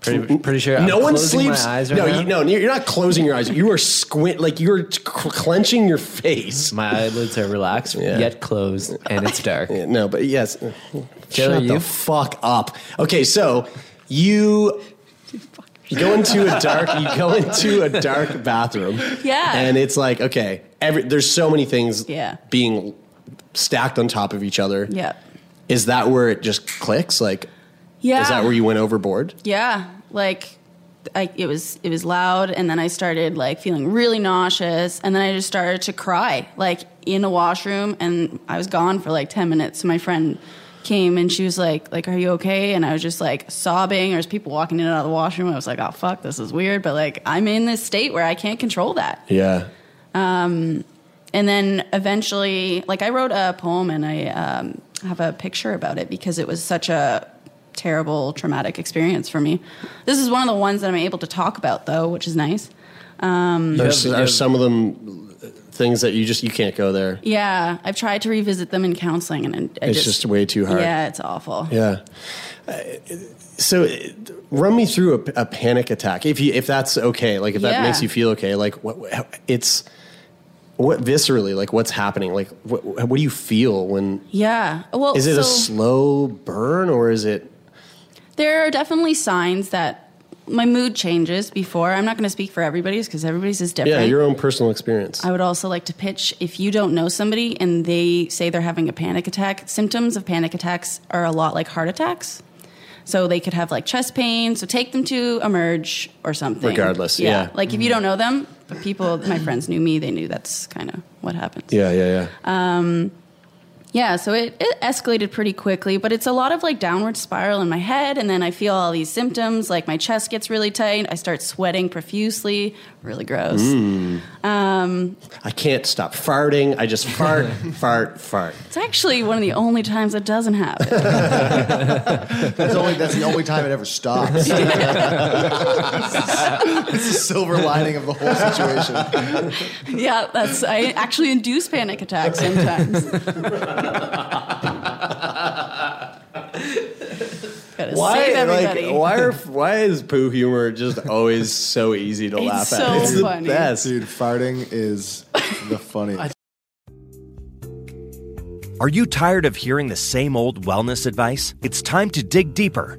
Pretty, pretty sure. I'm
no one
closing
sleeps.
My eyes right
no,
now.
you, no, you're not closing your eyes. You are squint like you're clenching your face.
My eyelids are relaxed
Yeah.
yet closed, and it's dark.
Yeah, no, but yes.
Taylor,
Shut the
you?
fuck up. Okay, so you you go into a dark you go into a dark bathroom.
Yeah.
And it's like, okay, every there's so many things
Yeah.
being stacked on top of each other.
Yeah.
Is that where it just clicks? Like
Yeah.
is that where you went overboard?
Yeah, like I, it was it was loud, and then I started like feeling really nauseous, and then I just started to cry like in the washroom, and I was gone for like ten minutes. So my friend came and she was like, "Like, are you okay?" And I was just like sobbing. There's people walking in and out of the washroom. I was like, "Oh fuck, this is weird," but like I'm in this state where I can't control that
Yeah.
and then eventually like i wrote a poem and i um, have a picture about it because it was such a terrible traumatic experience for me this is one of the ones that i'm able to talk about though which is nice
There's
have- you
are
have-
some of them things that you just you can't go there.
yeah i've tried to revisit them in counseling and I
It's just way too hard.
yeah it's awful
Yeah. Uh, So, uh, run me through a, a panic attack, if you if that's okay. Like, if that
Yeah.
makes you feel okay. Like, what how- it's what viscerally, like what's happening? Like, what what do you feel when?
yeah well
Is it
so
a slow burn or is it?
there are definitely signs that my mood changes before i'm not going to speak for everybody's because everybody's is different
Yeah, your own personal experience.
I would also like to pitch if you don't know somebody and they say they're having a panic attack, symptoms of panic attacks are a lot like heart attacks. So they could have like chest pain. So take them to Emerge or something.
Regardless, yeah. Mm-hmm.
Like if you don't know them, but people, my friends knew me, they knew that's kind of what happens.
yeah, yeah, yeah.
Yeah, so it, it escalated pretty quickly, but it's a lot of like downward spiral in my head. And then I feel all these symptoms like my chest gets really tight. I start sweating profusely. Really gross.
Mm.
Um,
I can't stop farting. I just fart, fart, fart.
it's actually one of the only times that doesn't happen.
That's only that's the only time it ever stops. it's the silver lining of the whole situation.
yeah, that's, I actually induce panic attacks sometimes. Gotta save everybody.
Like, why are why is poo humor just always so easy to
It's
laugh
so
at? It's the
funny.
best.
Dude, farting is the funniest.
Are you tired of hearing the same old wellness advice? It's time to dig deeper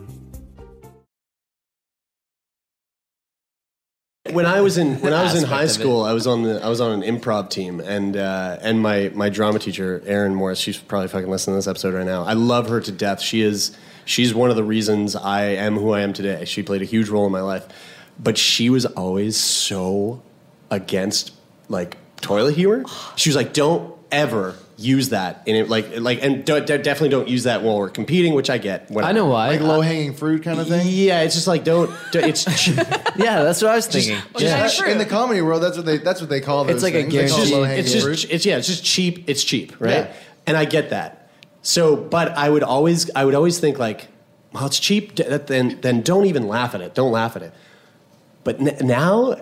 when I was in when I was in high
aspect of it.
school, I was on the I was on an improv team, and uh, and my my drama teacher Erin Morris, she's probably fucking listening to this episode right now. I love her to death. She is she's one of the reasons I am who I am today. She played a huge role in my life, but she was always so against like toilet humor. She was like, "Don't ever." Use that in it, like, like, and don't, de- definitely don't use that while we're competing, which I get. whatever.
I know why.
Like low hanging fruit kind of thing.
Yeah, it's just like don't. don't it's
yeah, that's what I was thinking.
Yeah.
That- in the comedy world, that's what they that's what they call those
It's like a
things. They call
it's
it
just,
low-hanging
it's just-
fruit.
it's- yeah, it's just cheap. It's cheap, right?
Yeah.
And I get that. So, but I would always, I would always think like, well, it's cheap. d- that- Then, then don't even laugh at it. Don't laugh at it. But n- now,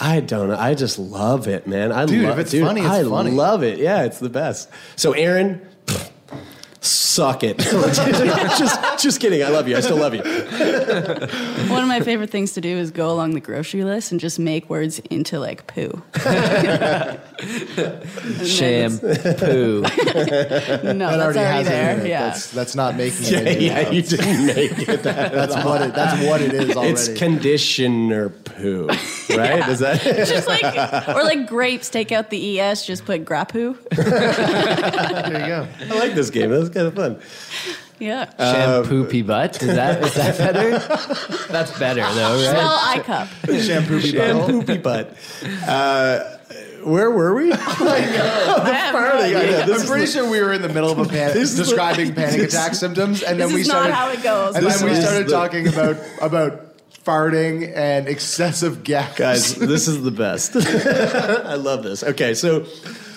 I don't. know. I just love it, man. I
Dude,
love
if it's
dude,
funny, it's
I
funny.
love it. Yeah, it's the best. So, Aaron. pfft, Suck it. just, just kidding. I love you. I still love you.
One of my favorite things to do is go along the grocery list and just make words into like poo.
Sham, poo.
No,
That
that's
has
already,
it in
there.
it.
Yeah.
That's, that's not making
Yeah,
it.
yeah, you didn't make it.
That's what it. That's what it is already.
It's conditioner poo, right? Is that
just like or like grapes, take out the es, just put grapu.
there you go.
I like this game. That was kind of fun.
Yeah.
Uh,
Sham, poopy butt. Is that is that better? That's better though, right?
Small eye cup.
Shampoo
And
bottle.
poopy butt. Uh, where were we?
I have no idea.
I know, this
I'm
is
pretty
the-
sure we were in the middle of a panic,
This is the-
describing panic attack symptoms, and then
This
we
is not
started.
how it goes.
And
This
then we
is
started
the-
talking about about farting and excessive gas.
guys, this is the best. I love this. Okay, so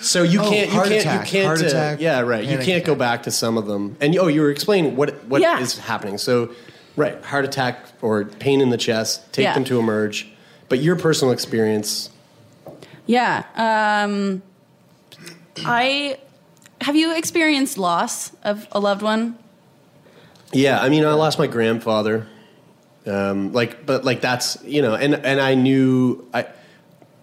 so you
Oh,
can't you
heart
can't
attack,
you can't
heart
uh,
attack,
yeah right you
panic
can't go back to some of them. And oh, you were explaining what what is
Yeah.
happening. So right, heart attack or pain in the chest. Take
Yeah.
them to emerge. But your personal experience,
Yeah. Um, I have you experienced loss of a loved one?
Yeah, I mean, I lost my grandfather. Um, like, but like that's you know, and and I knew I.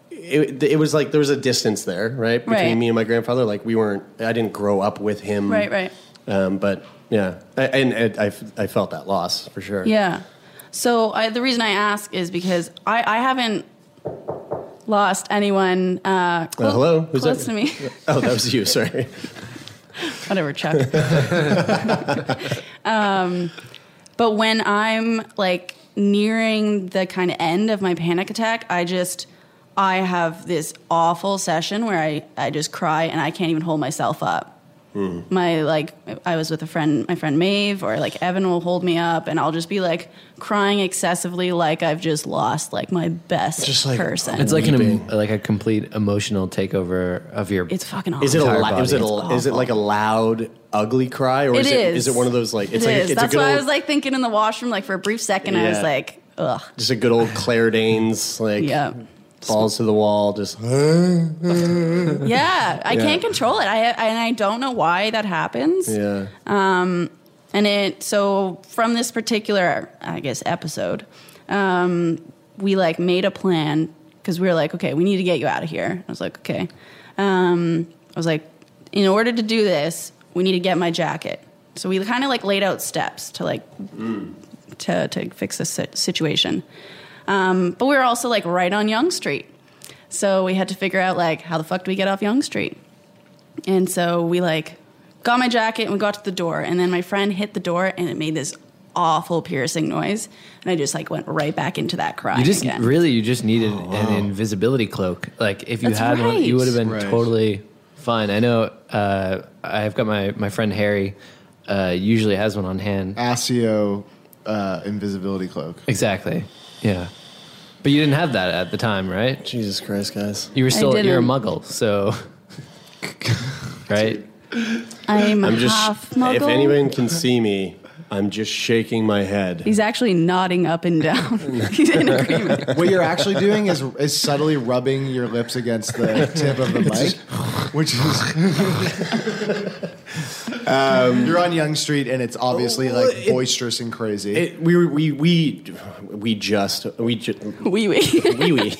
It, it was like there was a distance there, right, between
Right.
me and my grandfather. Like we weren't, I didn't grow up with him,
Right, right.
Um, but yeah, I, and, and I, f- I felt that loss for sure.
Yeah. So I, the reason I ask is because I, I haven't lost anyone. Uh, clo-
Uh, hello, who's
close
that?
to me.
Oh, that was you. Sorry.
Whatever, Chuck. um, but when I'm like nearing the kind of end of my panic attack, I just I have this awful session where I, I just cry and I can't even hold myself up. My like I was with a friend, my friend Maeve, or like Evan will hold me up, and I'll just be like crying excessively, like I've just lost like my best
Just, like,
person.
It's like an em- like a complete emotional takeover of your.
it's fucking awful.
Is it a?
Entire
la- is it
body.
a? Is it like a loud, ugly cry, or
It
is it?
is.
Is it one of those like? It's
It
like
is.
it's
That's
a good
why
old,
I was like thinking in the washroom, like for a brief second, I was
Yeah.
like, ugh,
just a good old Claire Danes like
yeah,
balls to the wall, just
yeah. I can't control it. I and I don't know why that happens.
yeah.
And it so from this particular, I guess, episode, um, we like made a plan because we were like, okay, we need to get you out of here. I was like, okay. Um, I was like, in order to do
Hmm.
this, we need to get my jacket. So we kind of like laid out steps to like to, to fix this si- situation. Um, but we were also like right on Young Street. So we had to figure out like how the fuck do we get off Young Street? And so we like got my jacket and we got to the door and then my friend hit the door and it made this awful piercing noise and I just like went right back into that cry.
You just
again.
really you just needed an invisibility cloak. Like if you
That's
had one, you
right.
would have been
Right.
totally fine. I know. Uh, I've got my my friend Harry. Uh, usually has one on hand.
Asio uh, invisibility cloak.
Exactly. Yeah. But you didn't have that at the time, right?
Jesus Christ, guys!
You were
I
still you were a
didn't.
muggle, so right.
I'm,
I'm just.
half muggle.
If anyone can see me, I'm just shaking my head.
He's actually nodding up and down. He's in agreement.
what you're actually doing is is subtly rubbing your lips against the tip of the mic, which is um, you're on Young Street and it's obviously like boisterous and crazy.
It, we were- we we we just we just
wee wee
wee wee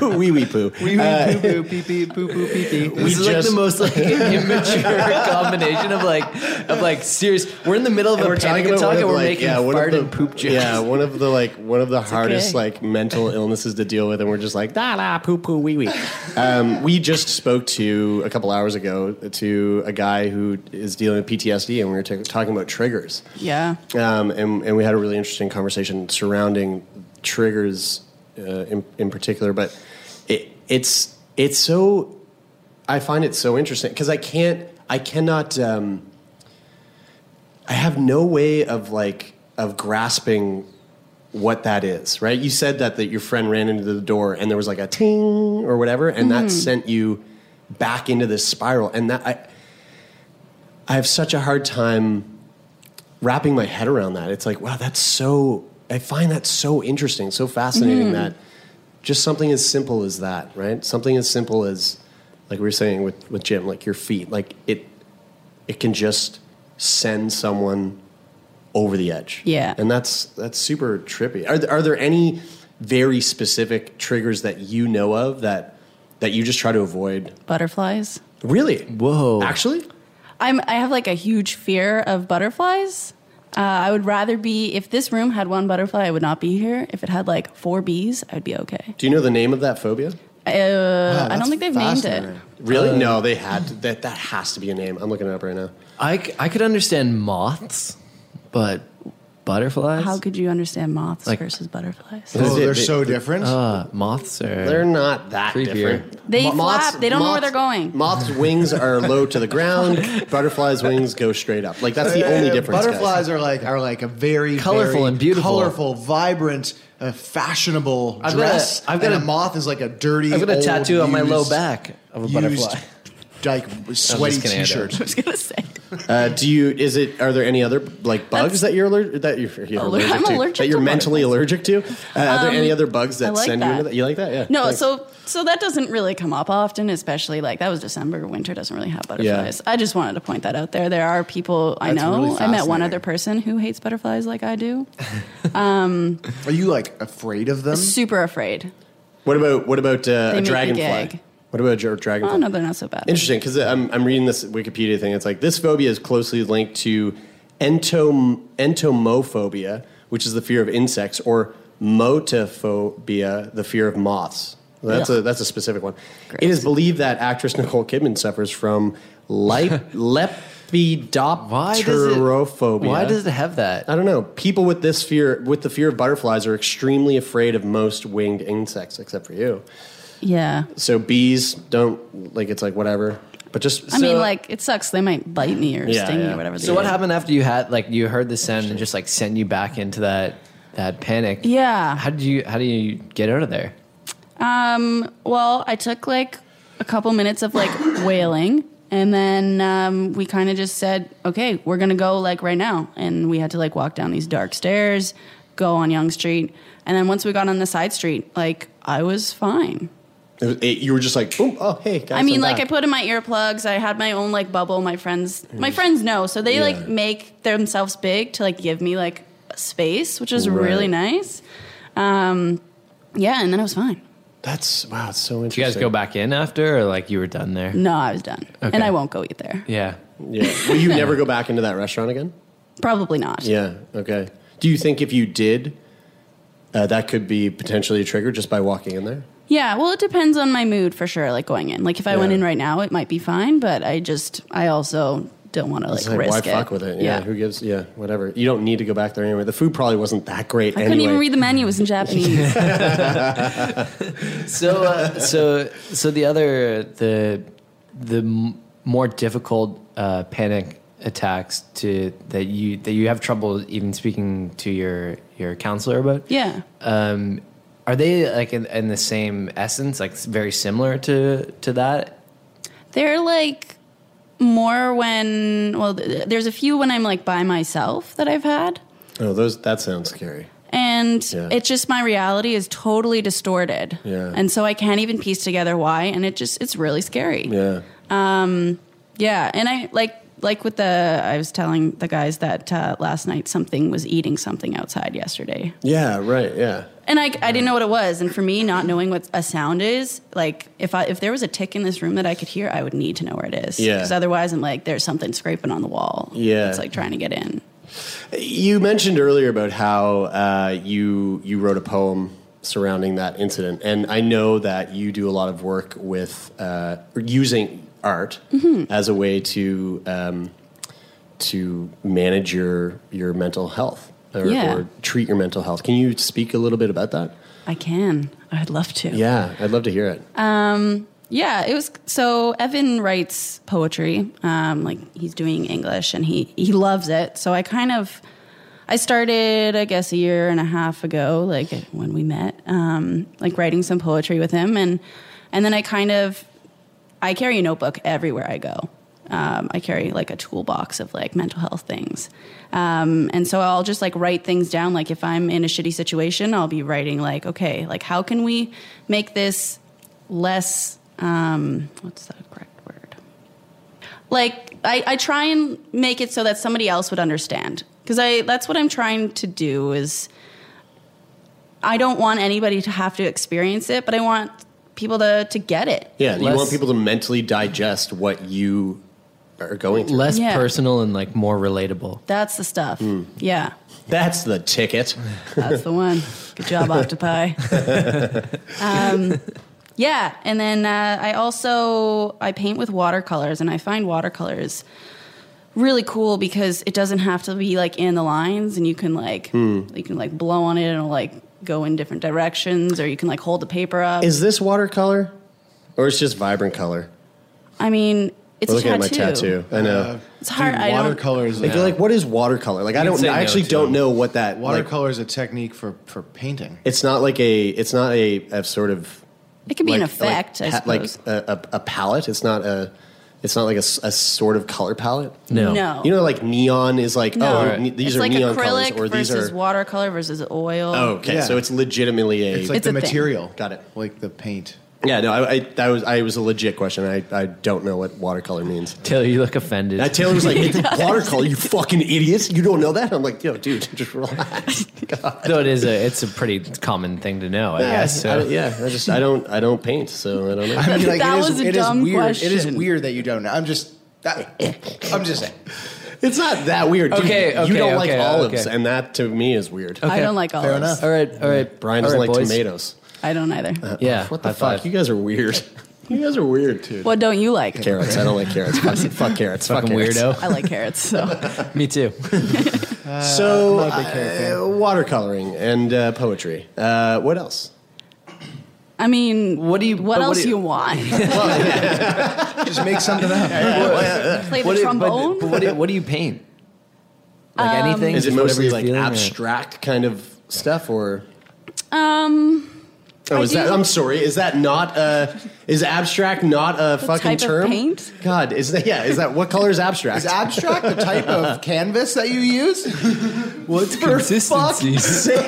wee wee poo. Uh,
poo pee pee poo poo pee pee.
We
This is like the
just-
most like immature combination of like of like serious. We're in the middle of
And
a panic attack
one of
and
the,
we're
like,
making
yeah, one of
fart
the-
and poop jokes.
Yeah, one of the like one of the hardest
okay.
like mental illnesses to deal with, and we're just like da la poo poo wee wee. um, we just spoke to a couple hours ago to a guy who is dealing with PTSD, and we were t- talking about triggers.
Yeah.
Um, and, and we had a really interesting conversation surrounding triggers uh, in, in particular, but it, it's it's so I find it so interesting because I can't I cannot um, I have no way of like of grasping what that is right. You said that that your friend ran into the door and there was like a ting or whatever, and
Mhm.
that sent you back into this spiral, and that I I have such a hard time wrapping my head around that. It's like, wow, that's so, I find that so interesting, so fascinating
Mhm.
that just something as simple as that, right? Something as simple as, like we were saying with, with Jim, like your feet, like it, it can just send someone over the edge.
Yeah.
And that's, that's super trippy. Are, there- are there any very specific triggers that you know of that, that you just try to avoid?
Butterflies.
Really? Whoa. Actually?
I'm I have like a huge fear of butterflies. Uh, I would rather be if this room had one butterfly, I would not be here. If it had like four bees, I'd be okay.
Do you know the name of that phobia?
Uh, I don't think they've named it.
Really?
Um,
Uh,
no, they had to, that. That has to be a name. I'm looking it up right now.
I, c- I could understand moths, but butterflies.
How could you understand moths
Like-
versus butterflies?
Oh, they're so different.
Uh, moths are.
They're not that
Creepier.
different.
They
Mo-
flap. They don't know where they're going.
Moths' wings are low to the ground. Butterflies' wings go straight up. Like that's the
Uh,
only difference. guys.
Butterflies are like are like a very
Colorful
very
and beautiful.
colorful, vibrant, uh, fashionable
I've got a-
dress.
I've got
and
a-
moth is like a dirty.
I've got a
old,
tattoo on my low
used-
back of a
used,
butterfly.
Like sweaty
kidding, I
t-shirt.
don't.
I was gonna say
Uh, do you? Is it? Are there any other like bugs that you're allergic that you're, you're
Aller-
allergic
I'm
to
allergic
that you're
to
mentally allergic to? Uh, are there
Um,
any other bugs
I
that
like
send you
that.
into that? You like that? Yeah.
no.
Thanks.
So so that doesn't really come up often, especially like that was December. Winter doesn't really have butterflies. I just wanted to point that out there. There are people I
That's
know.
really
I met one
fascinating.
other person who hates butterflies like I do. Um,
Are you like afraid of them?
super afraid.
what about what about uh,
They
a
make me
dragonfly?
gag.
What about a dra- dragonfly?
Oh no, they're not so bad.
Interesting, because I'm, I'm reading this Wikipedia thing. It's like this phobia is closely linked to entom- entomophobia, which is the fear of insects, or motophobia, the fear of moths. That's
Yeah.
a that's a specific one. It is believed that actress Nicole Kidman suffers from
Why
lip-
does it-
lepidopterophobia.
Why does it have that?
I don't know. People with this fear, with the fear of butterflies, are extremely afraid of most winged insects, except for you.
Yeah.
So bees don't like. It's like whatever. But just
I
So-
mean, like it sucks. They might bite me or
Yeah,
sting me
yeah.
or whatever. they
So what
do.
happened after you had like you heard the sound and just like sent you back into that that panic?
Yeah.
How did you how do you get out of there?
Um. Well, I took like a couple minutes of like wailing, and then um, we kind of just said, "Okay, we're gonna go like right now," and we had to like walk down these dark stairs, go on Young Street, and then once we got on the side street, like I was fine.
It was- it- you were just like, boom, oh, hey, guys.
I mean,
I'm
like I
back.
put in my earplugs. I had my own like bubble. My friends, my friends know, so they
Yeah.
like make themselves big to like give me like space, which is
Right.
really nice. Um, yeah, and then I was fine.
That's wow, it's so
Did you guys
interesting.
go back in after or like you were done there?
No, I was done,
Okay.
and I won't go eat there.
Yeah.
Yeah. Will you never go back into that restaurant again?
Probably not.
Yeah. Okay. Do you think if you did, uh, that could be potentially a trigger just by walking in there?
Yeah, well, it depends on my mood for sure. Like going in, like if I went in right now, it might be fine. But I just, I also don't want to like,
It's like,
risk
why
it.
fuck with it? Yeah, Who gives? Yeah. Whatever. You don't need to go back there anyway. The food probably wasn't that great
I
anyway.
couldn't even read the menu; it was in Japanese.
so uh, so so the other the the m- more difficult uh, panic attacks to that you that you have trouble even speaking to your your counselor about
yeah.
um, are they like in, in the same essence like s- very similar to to that
They're like more when well, th- there's a few when I'm like by myself that I've had,
Oh, those. That sounds scary.
and
Yeah.
it's just my reality is totally distorted,
Yeah.
and so I can't even piece together why, and it just it's really scary.
yeah.
Um, yeah, and I like like with the I was telling the guys that uh, last night something was eating something outside yesterday,
Yeah. Right. Yeah.
and I I didn't know what it was, and for me not knowing what a sound is, like if I if there was a tick in this room that I could hear, I would need to know where it is,
Yeah.
because otherwise I'm like there's something scraping on the wall,
Yeah.
it's like trying to get in.
You mentioned earlier about how uh, you you wrote a poem surrounding that incident, and I know that you do a lot of work with uh, using art as a way to um, to manage your your mental health or,
Yeah.
or treat your mental health. Can you speak a little bit about that?
I can, I'd love to.
Yeah, I'd love to hear it.
Um, yeah, it was so Evan writes poetry. Um, like he's doing English and he he loves it. So I kind of I started, I guess, a year and a half ago, like when we met, um, like writing some poetry with him, and and then I kind of I carry a notebook everywhere I go. Um, I carry like a toolbox of like mental health things. Um, and so I'll just like write things down. Like if I'm in a shitty situation, I'll be writing like, okay, like how can we make this less, um, what's the correct word? Like I, I try and make it so that somebody else would understand. Cause I, that's what I'm trying to do is I don't want anybody to have to experience it, but I want people to, to get it.
Yeah, you
Less-
want people to mentally digest what you are going through.
less
Yeah.
personal and like more relatable
That's the stuff.
Mm.
Yeah,
That's the ticket.
that's the one. Good job, Octopi. Um, yeah, and then uh, I also I paint with watercolors, and I find watercolors really cool because it doesn't have to be like in the lines, and you can like
Hmm.
you can like blow on it and it'll like go in different directions, or you can like hold the paper up.
Is this watercolor, or it's just vibrant color?
I mean, it's
We're
a
looking
tattoo.
at my tattoo. I know.
It's hard. I don't-
watercolors.
Like, you're like, what is watercolor? Like, I don't. I actually don't know what that. Like,
Watercolor is a technique for for painting.
it's not like a. It's not a, a sort of.
It could be an
like-
effect, I
Like, pa- like
suppose.
a, a, a palette. It's not a. It's not like a, s- a sort of color palette.
No. No.
You know, like neon is like
No.
oh ne- these
it's
are
like
neon
acrylic
colors or these
versus
are.
watercolor versus oil.
Oh, okay, so it's legitimately a.
It's like the
a thing.
material.
Got it.
Like the paint.
Yeah, no, I, I that was I was a legit question. I, I don't know what watercolor means.
taylor you look offended
Uh, Taylor was like,
He
"It's
does.
watercolor, you fucking idiots! You don't know that." I'm like, "Yo, dude, just relax."
though it is a it's a pretty common thing to know i
Yeah,
guess so.
I- yeah, I just I don't I don't paint, so I don't know.
I mean, like,
That
it is,
was a
it is
dumb
weird. It is
question.
weird that you don't know. I'm just. That, I'm just saying.
it's not that weird. Dude.
Okay, okay,
you don't like
okay,
olives,
okay.
and that to me is weird.
Okay.
I don't like olives.
all right all right
Brian
all
doesn't
right,
like
boys.
tomatoes.
I don't either.
yeah
What the
high
fuck?
five.
You guys are weird. You guys are weird, dude.
What don't you like?
Carrots. I don't like carrots. Fuck, fuck carrots. Fuck
Fucking
carrots.
weirdo.
I like carrots. So
me too
So uh, watercoloring and uh, poetry. Uh, what else?
I mean,
what do you
what
but
else
do
you want?
Just make something up.
Play
What do- but-
the trombone?
but what, do, what do you paint? Like anything?
Is it
Just whatever
mostly
you're
like
feeling or-
abstract kind of stuff, or?
um,
Oh,
I
is that?
do-
I'm sorry. Is that not a? Is abstract not a fucking
type of
term?
paint?
God, is that? Yeah, is that what color is abstract?
Is abstract the type of canvas that you use? What's
Consistency.
all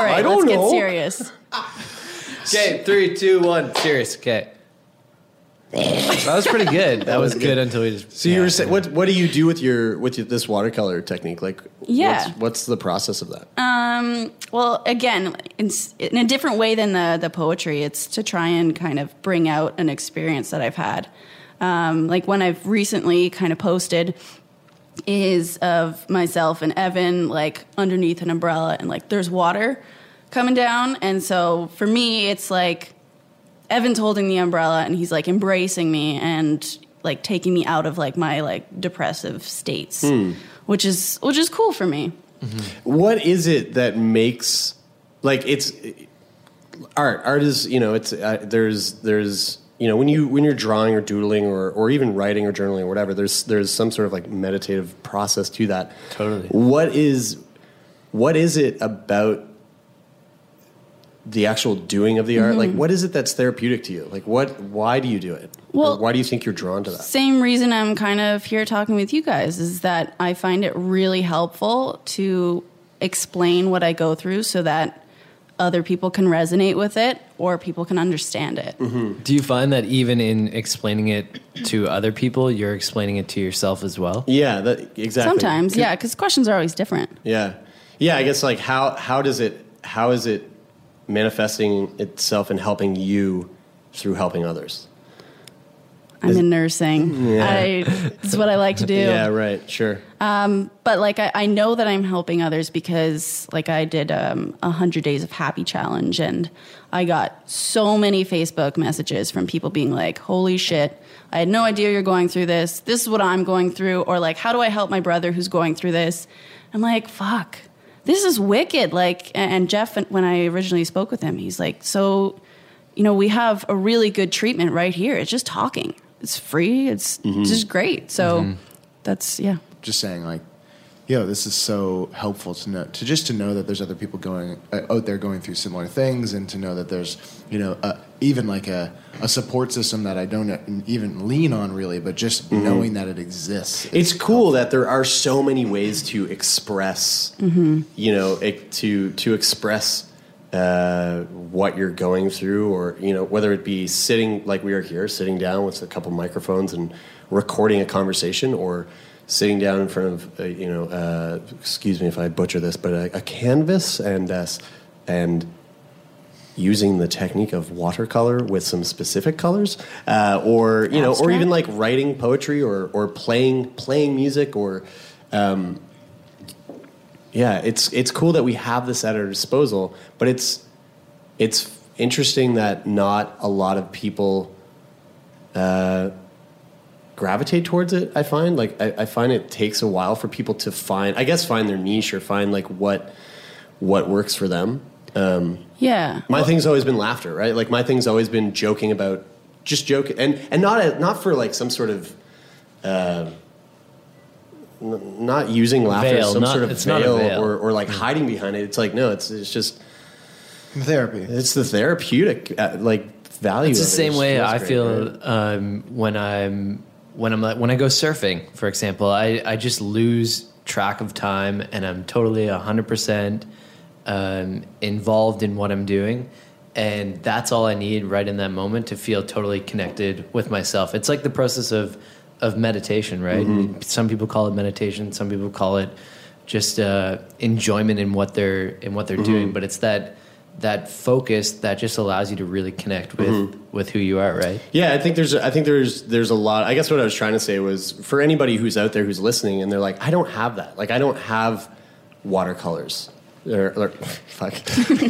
right,
I don't
let's
know.
get serious.
Okay, three, two, one. Serious. Okay. that was pretty good. That was good until we just.
So you were saying, what? What do you do with your with your, this watercolor technique? Like,
Yeah.
what's, what's the process of that?
Um, well, again, in, s- in a different way than the the poetry, it's to try and kind of bring out an experience that I've had. um, like one I've recently kind of posted is of myself and Evan like underneath an umbrella and like there's water coming down. And so for me, it's like Evan's holding the umbrella and he's like embracing me and like taking me out of like my like depressive states,
Hmm.
which is which is cool for me.
What is it that makes like it's art? Art is you know it's uh, there's there's you know when you when you're drawing or doodling or or even writing or journaling or whatever there's there's some sort of like meditative process to that. Totally. What is what is it about the actual doing of the art? Like
Mhm.
what is it that's therapeutic to you? Like what why do you do it?
Well-
or why do you think you're drawn to that?
Same reason I'm kind of here talking with you guys is that I find it really helpful to explain what I go through so that other people can resonate with it or people can understand it.
Do you find that even in explaining it to other people, you're explaining it to yourself as well?
Yeah, that, exactly.
Sometimes, yeah, because questions are always different.
Yeah, yeah. I guess like how how does it how is it manifesting itself and helping you through helping others?
I'm in nursing.
Yeah.
I, it's what I like to do.
Yeah, right. Sure.
Um, but like I, I know that I'm helping others because like I did um, a hundred days of happy challenge and I got so many Facebook messages from people being like, "Holy shit! I had no idea you're going through this. This is what I'm going through," or like, "How do I help my brother who's going through this?" I'm like, "Fuck, this is wicked!" Like, a- and Jeff, when I originally spoke with him, he's like, "So, you know, we have a really good treatment right here. It's just talking. It's free. It's
Mhm.
just great." So. That's yeah.
Just saying like, yo, this is so helpful to know to just to know that there's other people going uh, out there going through similar things, and to know that there's you know uh, even like a a support system that I don't even lean on really, but just
Mhm.
knowing that it exists.
It's cool that there are so many ways to express,
Mm-hmm.
you know, it, to to express uh, what you're going through, or you know, whether it be sitting like we are here, sitting down with a couple microphones and recording a conversation, or sitting down in front of uh, you know, uh, excuse me if I butcher this, but a, a canvas and uh, s- and ususing the technique of watercolor with some specific colors, uh, or you know, or even like writing poetry or or playing playing music or. Um, yeah, it's it's cool that we have this at our disposal, but it's it's interesting that not a lot of people uh, gravitate towards it. I find like I, I find it takes a while for people to find, I guess, find their niche or find like what what works for them. Um,
Yeah.
my thing's always been laughter, right? Like my thing's always been joking about just joke and and not a, not for like some sort of uh, n- not using laughter
Veil,
as some
not-
sort of
it's
veil,
not a veil. Mm.
or or like hiding behind it. It's like no, it's it's just
therapy.
It's the therapeutic uh, like value.
It's the
of it. It
same
just
way
feels
I
great,
feel
right?
um, when I'm when I'm like, when I go surfing, for example. I, I just lose track of time, and I'm totally hundred percent um, involved in what I'm doing, and that's all I need right in that moment to feel totally connected with myself. It's like the process of of meditation, right?
Mhm.
Some people call it meditation. Some people call it just uh, enjoyment in what they're in what they're
Mhm.
doing. But it's that that focus that just allows you to really connect with with who you are, right?
Yeah, I think there's I think there's there's a lot. I guess what I was trying to say was for anybody who's out there who's listening and they're like, I don't have that. Like I don't have watercolors. Or, or fuck,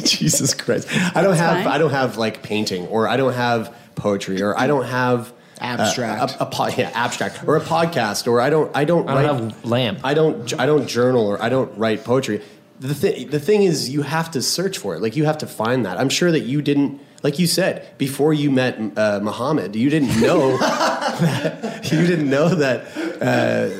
Jesus Christ! I don't
That's
have
fine.
I don't have like painting, or I don't have poetry, or I don't have uh,
Abstract.
a, a po- yeah, abstract, or a podcast, or I don't I don't
I don't
write-
have lamp.
I don't I don't journal or I don't write poetry. The thing the thing is you have to search for it. Like you have to find that. I'm sure that you didn't like you said before you met uh, Muhammad, you didn't know you didn't know that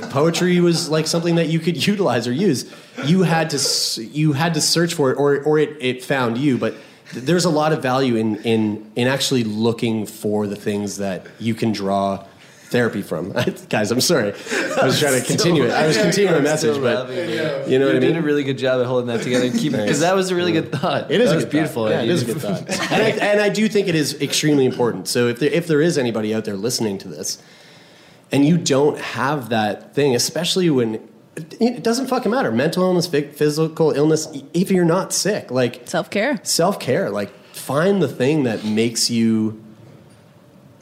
uh, poetry was like something that you could utilize or use. You had to s- you had to search for it, or or it, it found you. But th- there's a lot of value in in in actually looking for the things that you can draw therapy from. Guys, I'm sorry. I was trying to continue it. I was continuing my message, but you know what I
did
mean.
a really good job at holding that together and keeping
Thanks.
because that was a really good thought.
It is
That
a
was
good
beautiful.
Thought. Yeah, it is a good thought. and, I, and I do think it is extremely important. So if there, if there is anybody out there listening to this, and you don't have that thing, especially when it doesn't fucking matter, mental illness, phy- physical illness, e, if you're not sick, like
self care,
self care, like find the thing that makes you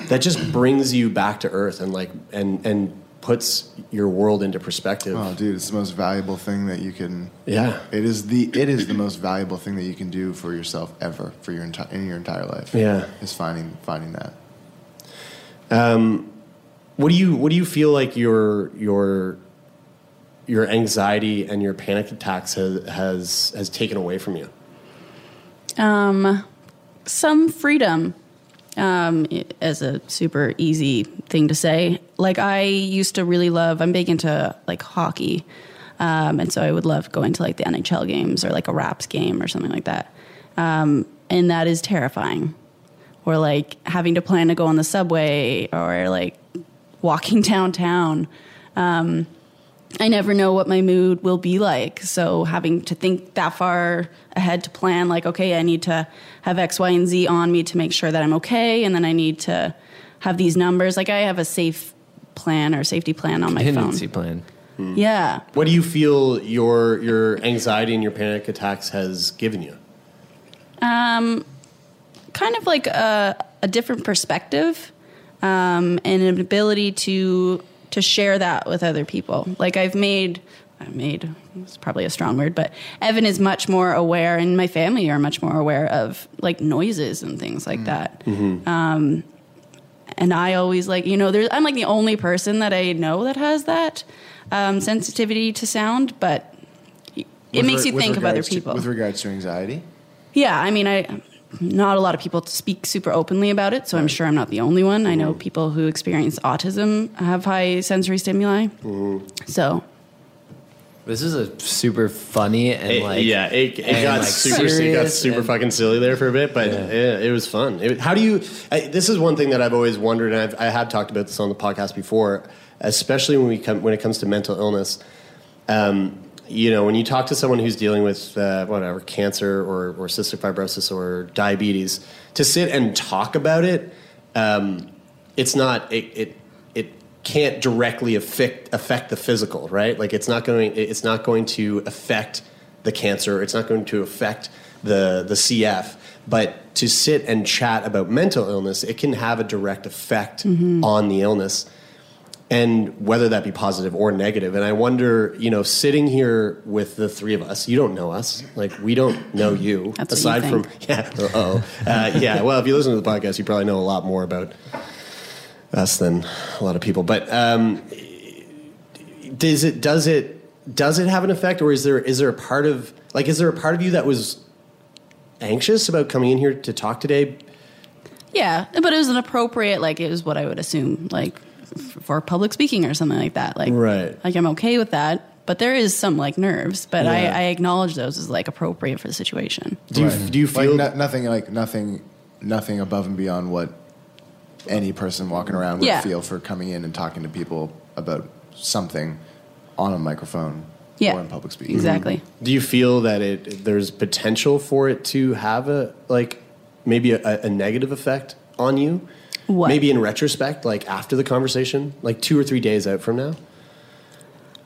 that just brings you back to earth and like and and puts your world into perspective.
Oh, dude, it's the most valuable thing that you can.
Yeah.
it is the it is the most valuable thing that you can do for yourself ever for your entire in your entire life.
Yeah.
is finding finding that.
Um, what do you what do you feel like your your your anxiety and your panic attacks has has, has taken away from you?
Um, some freedom. Um, as a super easy thing to say. Like I used to really love. I'm big into like hockey, um, and so I would love going to like the NHL games or like a Raps game or something like that. Um, and that is terrifying. Or like having to plan to go on the subway or like walking downtown. Um, I never know what my mood will be like. So having to think that far ahead to plan, like, okay, I need to have X, Y, and Z on me to make sure that I'm okay. And then I need to have these numbers. Like, I have a safe plan or safety plan on my phone.
Contingency plan.
Yeah.
What do you feel your your anxiety and your panic attacks has given you?
Um, kind of like a, a different perspective um, and an ability to to share that with other people. Like I've made, I made it's probably a strong word, but Evan is much more aware, and my family are much more aware of like noises and things
Mm.
like that.
Mm-hmm.
Um, and I always like, you know, there's, I'm like the only person that I know that has that um, sensitivity to sound, but it
With
makes
re-
you
with
think of other
regards to-
people.
with regards to anxiety.
Yeah, I mean, I not a lot of people speak super openly about it, so I'm sure I'm not the only one. I know people who experience autism have high sensory stimuli. So
This is a super funny and
It-
like
yeah, it, it
and,
got
like,
super, it got
serious
super
and-
fucking silly there for a bit, but yeah. it was fun. It- how do you? I, this is one thing that I've always wondered, and I've, I have talked about this on the podcast before, especially when we come when it comes to mental illness. Um, you know, when you talk to someone who's dealing with uh, whatever cancer or, or cystic fibrosis or diabetes, to sit and talk about it, um, it's not it, it it can't directly affect affect the physical, right? Like it's not going it's not going to affect the cancer, it's not going to affect the the CF, but to sit and chat about mental illness, it can have a direct effect
Mhm.
on the illness and whether that be positive or negative. And I wonder, you know, sitting here with the three of us, you don't know us, like we don't know you.
That's what you
aside
think.
from yeah, oh, uh, yeah. Well, if you listen to the podcast, you probably know a lot more about us than a lot of people. But um, does it does it does it have an effect, or is there is there a part of like is there a part of you that was anxious about coming in here to talk today?
yeah, but it was an appropriate like it was what I would assume like f- for public speaking or something like that. Like
Right.
like I'm okay with that, but there is some like nerves, but
Yeah.
I, I acknowledge those as like appropriate for the situation.
Mm-hmm.
do you feel like, no- nothing like nothing nothing above and beyond what any person walking around would
Yeah.
feel for coming in and talking to people about something on a microphone
Yeah.
or in public speaking.
Exactly.
Do you feel that it there's potential for it to have a like maybe a, a negative effect on you?
What?
Maybe in retrospect, like after the conversation, like two or three days out from now.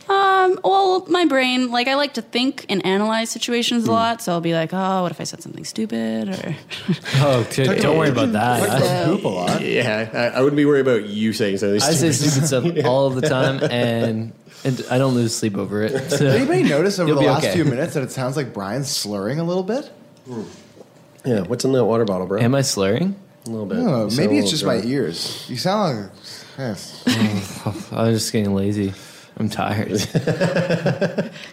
Um, well, my brain, like I like to think and analyze situations a lot, so I'll be like, oh, what if I said something stupid? Or
Oh, dude, don't worry about
Talk about
that.
poop a lot. Yeah, I, I wouldn't be worried about you saying something.
I say stupid stuff
Yeah.
all the time, and and I don't lose sleep over it. So
Anybody notice over
you'll
the
be
last
okay.
few minutes that it sounds like Brian's slurring a little bit?
Yeah, what's in that water bottle, bro?
Am I slurring?
A little bit.
No,
You sound
maybe
a little
it's just
dry.
my ears. You sound like yes.
I was just getting lazy. I'm tired.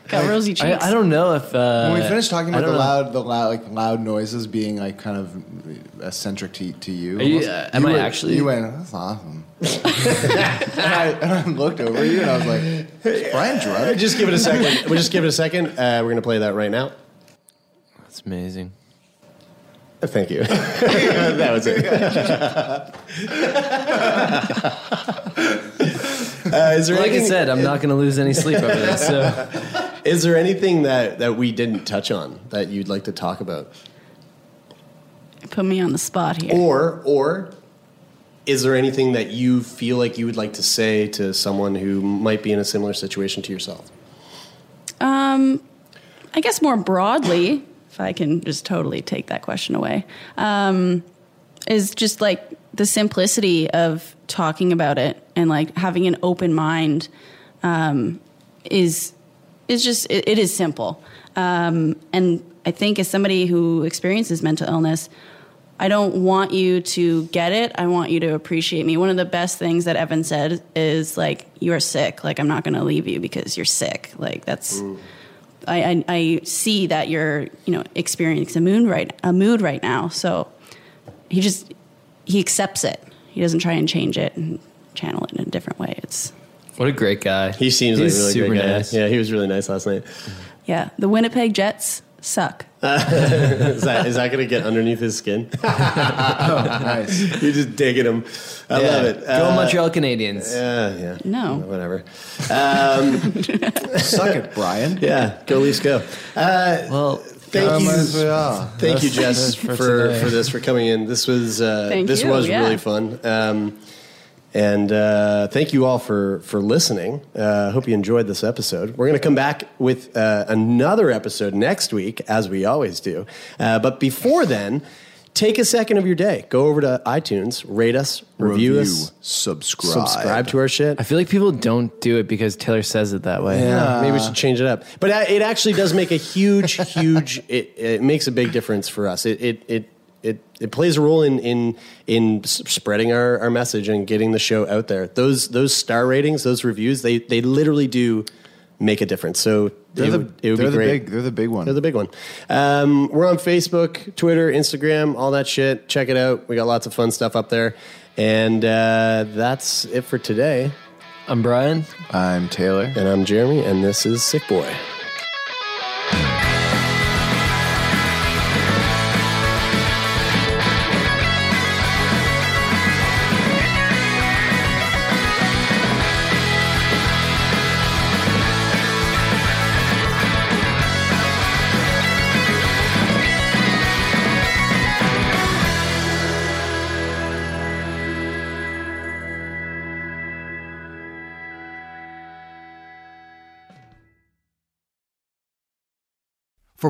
Got rosy cheeks.
I, I don't know if uh,
when we finished talking
I
about the
don't know.
loud, the loud, like loud noises being like kind of eccentric to, to you.
Are you-
almost,
uh, am I
went-
actually-
You went. That's awesome. and, I, and I looked over at you and I was like, "Is Brian drunk?
Just give it a second. we'll just give it a second. Uh, we're gonna play that right now.
That's amazing.
Uh, Thank you. that was it. Uh, is there
like I
anything-
said, I'm not going to lose any sleep over this. So
Is there anything that, that we didn't touch on that you'd like to talk about?
Put me on the spot here.
Or or is there anything that you feel like you would like to say to someone who might be in a similar situation to yourself?
Um, I guess more broadly, if I can just totally take that question away, um, is just like the simplicity of talking about it and like having an open mind um, is is just it, it is simple. Um, and I think as somebody who experiences mental illness, I don't want you to get it. I want you to appreciate me. One of the best things that Evan said is like, "You are sick. Like I'm not going to leave you because you're sick. Like that's." I, I, I see that you're you know experiencing a mood right a mood right now. So he just he accepts it. He doesn't try and change it and channel it in a different way. It's
What a great guy.
He seems
He's
like a really
super
great guy.
nice.
Yeah, he was really nice last night.
yeah. The Winnipeg Jets suck.
is that is that going to get underneath his skin? nice. You're just digging him. I
Yeah.
love it. Uh,
Go Montreal Canadiens.
Yeah, yeah.
No.
Whatever. Um,
Suck it, Brian.
Yeah, go Leafs, go. Uh,
well,
thank
Yeah,
you,
might as well.
thank you,
That's-
Jess,
that's
for
for
for,
today.
this for coming in. This was uh,
Thank
this
you,
was
yeah.
really fun. Um, and uh, thank you all for for listening. Uh, hope you enjoyed this episode. We're going to come back with uh, another episode next week, as we always do. Uh, but before then, take a second of your day. Go over to iTunes, rate us, review,
Review,
us,
subscribe.
subscribe to our shit.
I feel like people don't do it because Taylor says it that way.
Yeah, maybe we should change it up. But I- it actually does make a huge, huge. It, it makes a big difference for us. It it it it, it plays a role in in in s- spreading our, our message and getting the show out there. Those those star ratings, those reviews, they they literally do make a difference. So
They're
it
the,
would, it would
they're
be
the
great.
big. They're the big one.
They're the big one. Um, we're on Facebook, Twitter, Instagram, all that shit. Check it out. We got lots of fun stuff up there. And uh, that's it for today.
I'm Brian.
I'm Taylor.
And I'm Jeremy, and this is Sick Boy.
For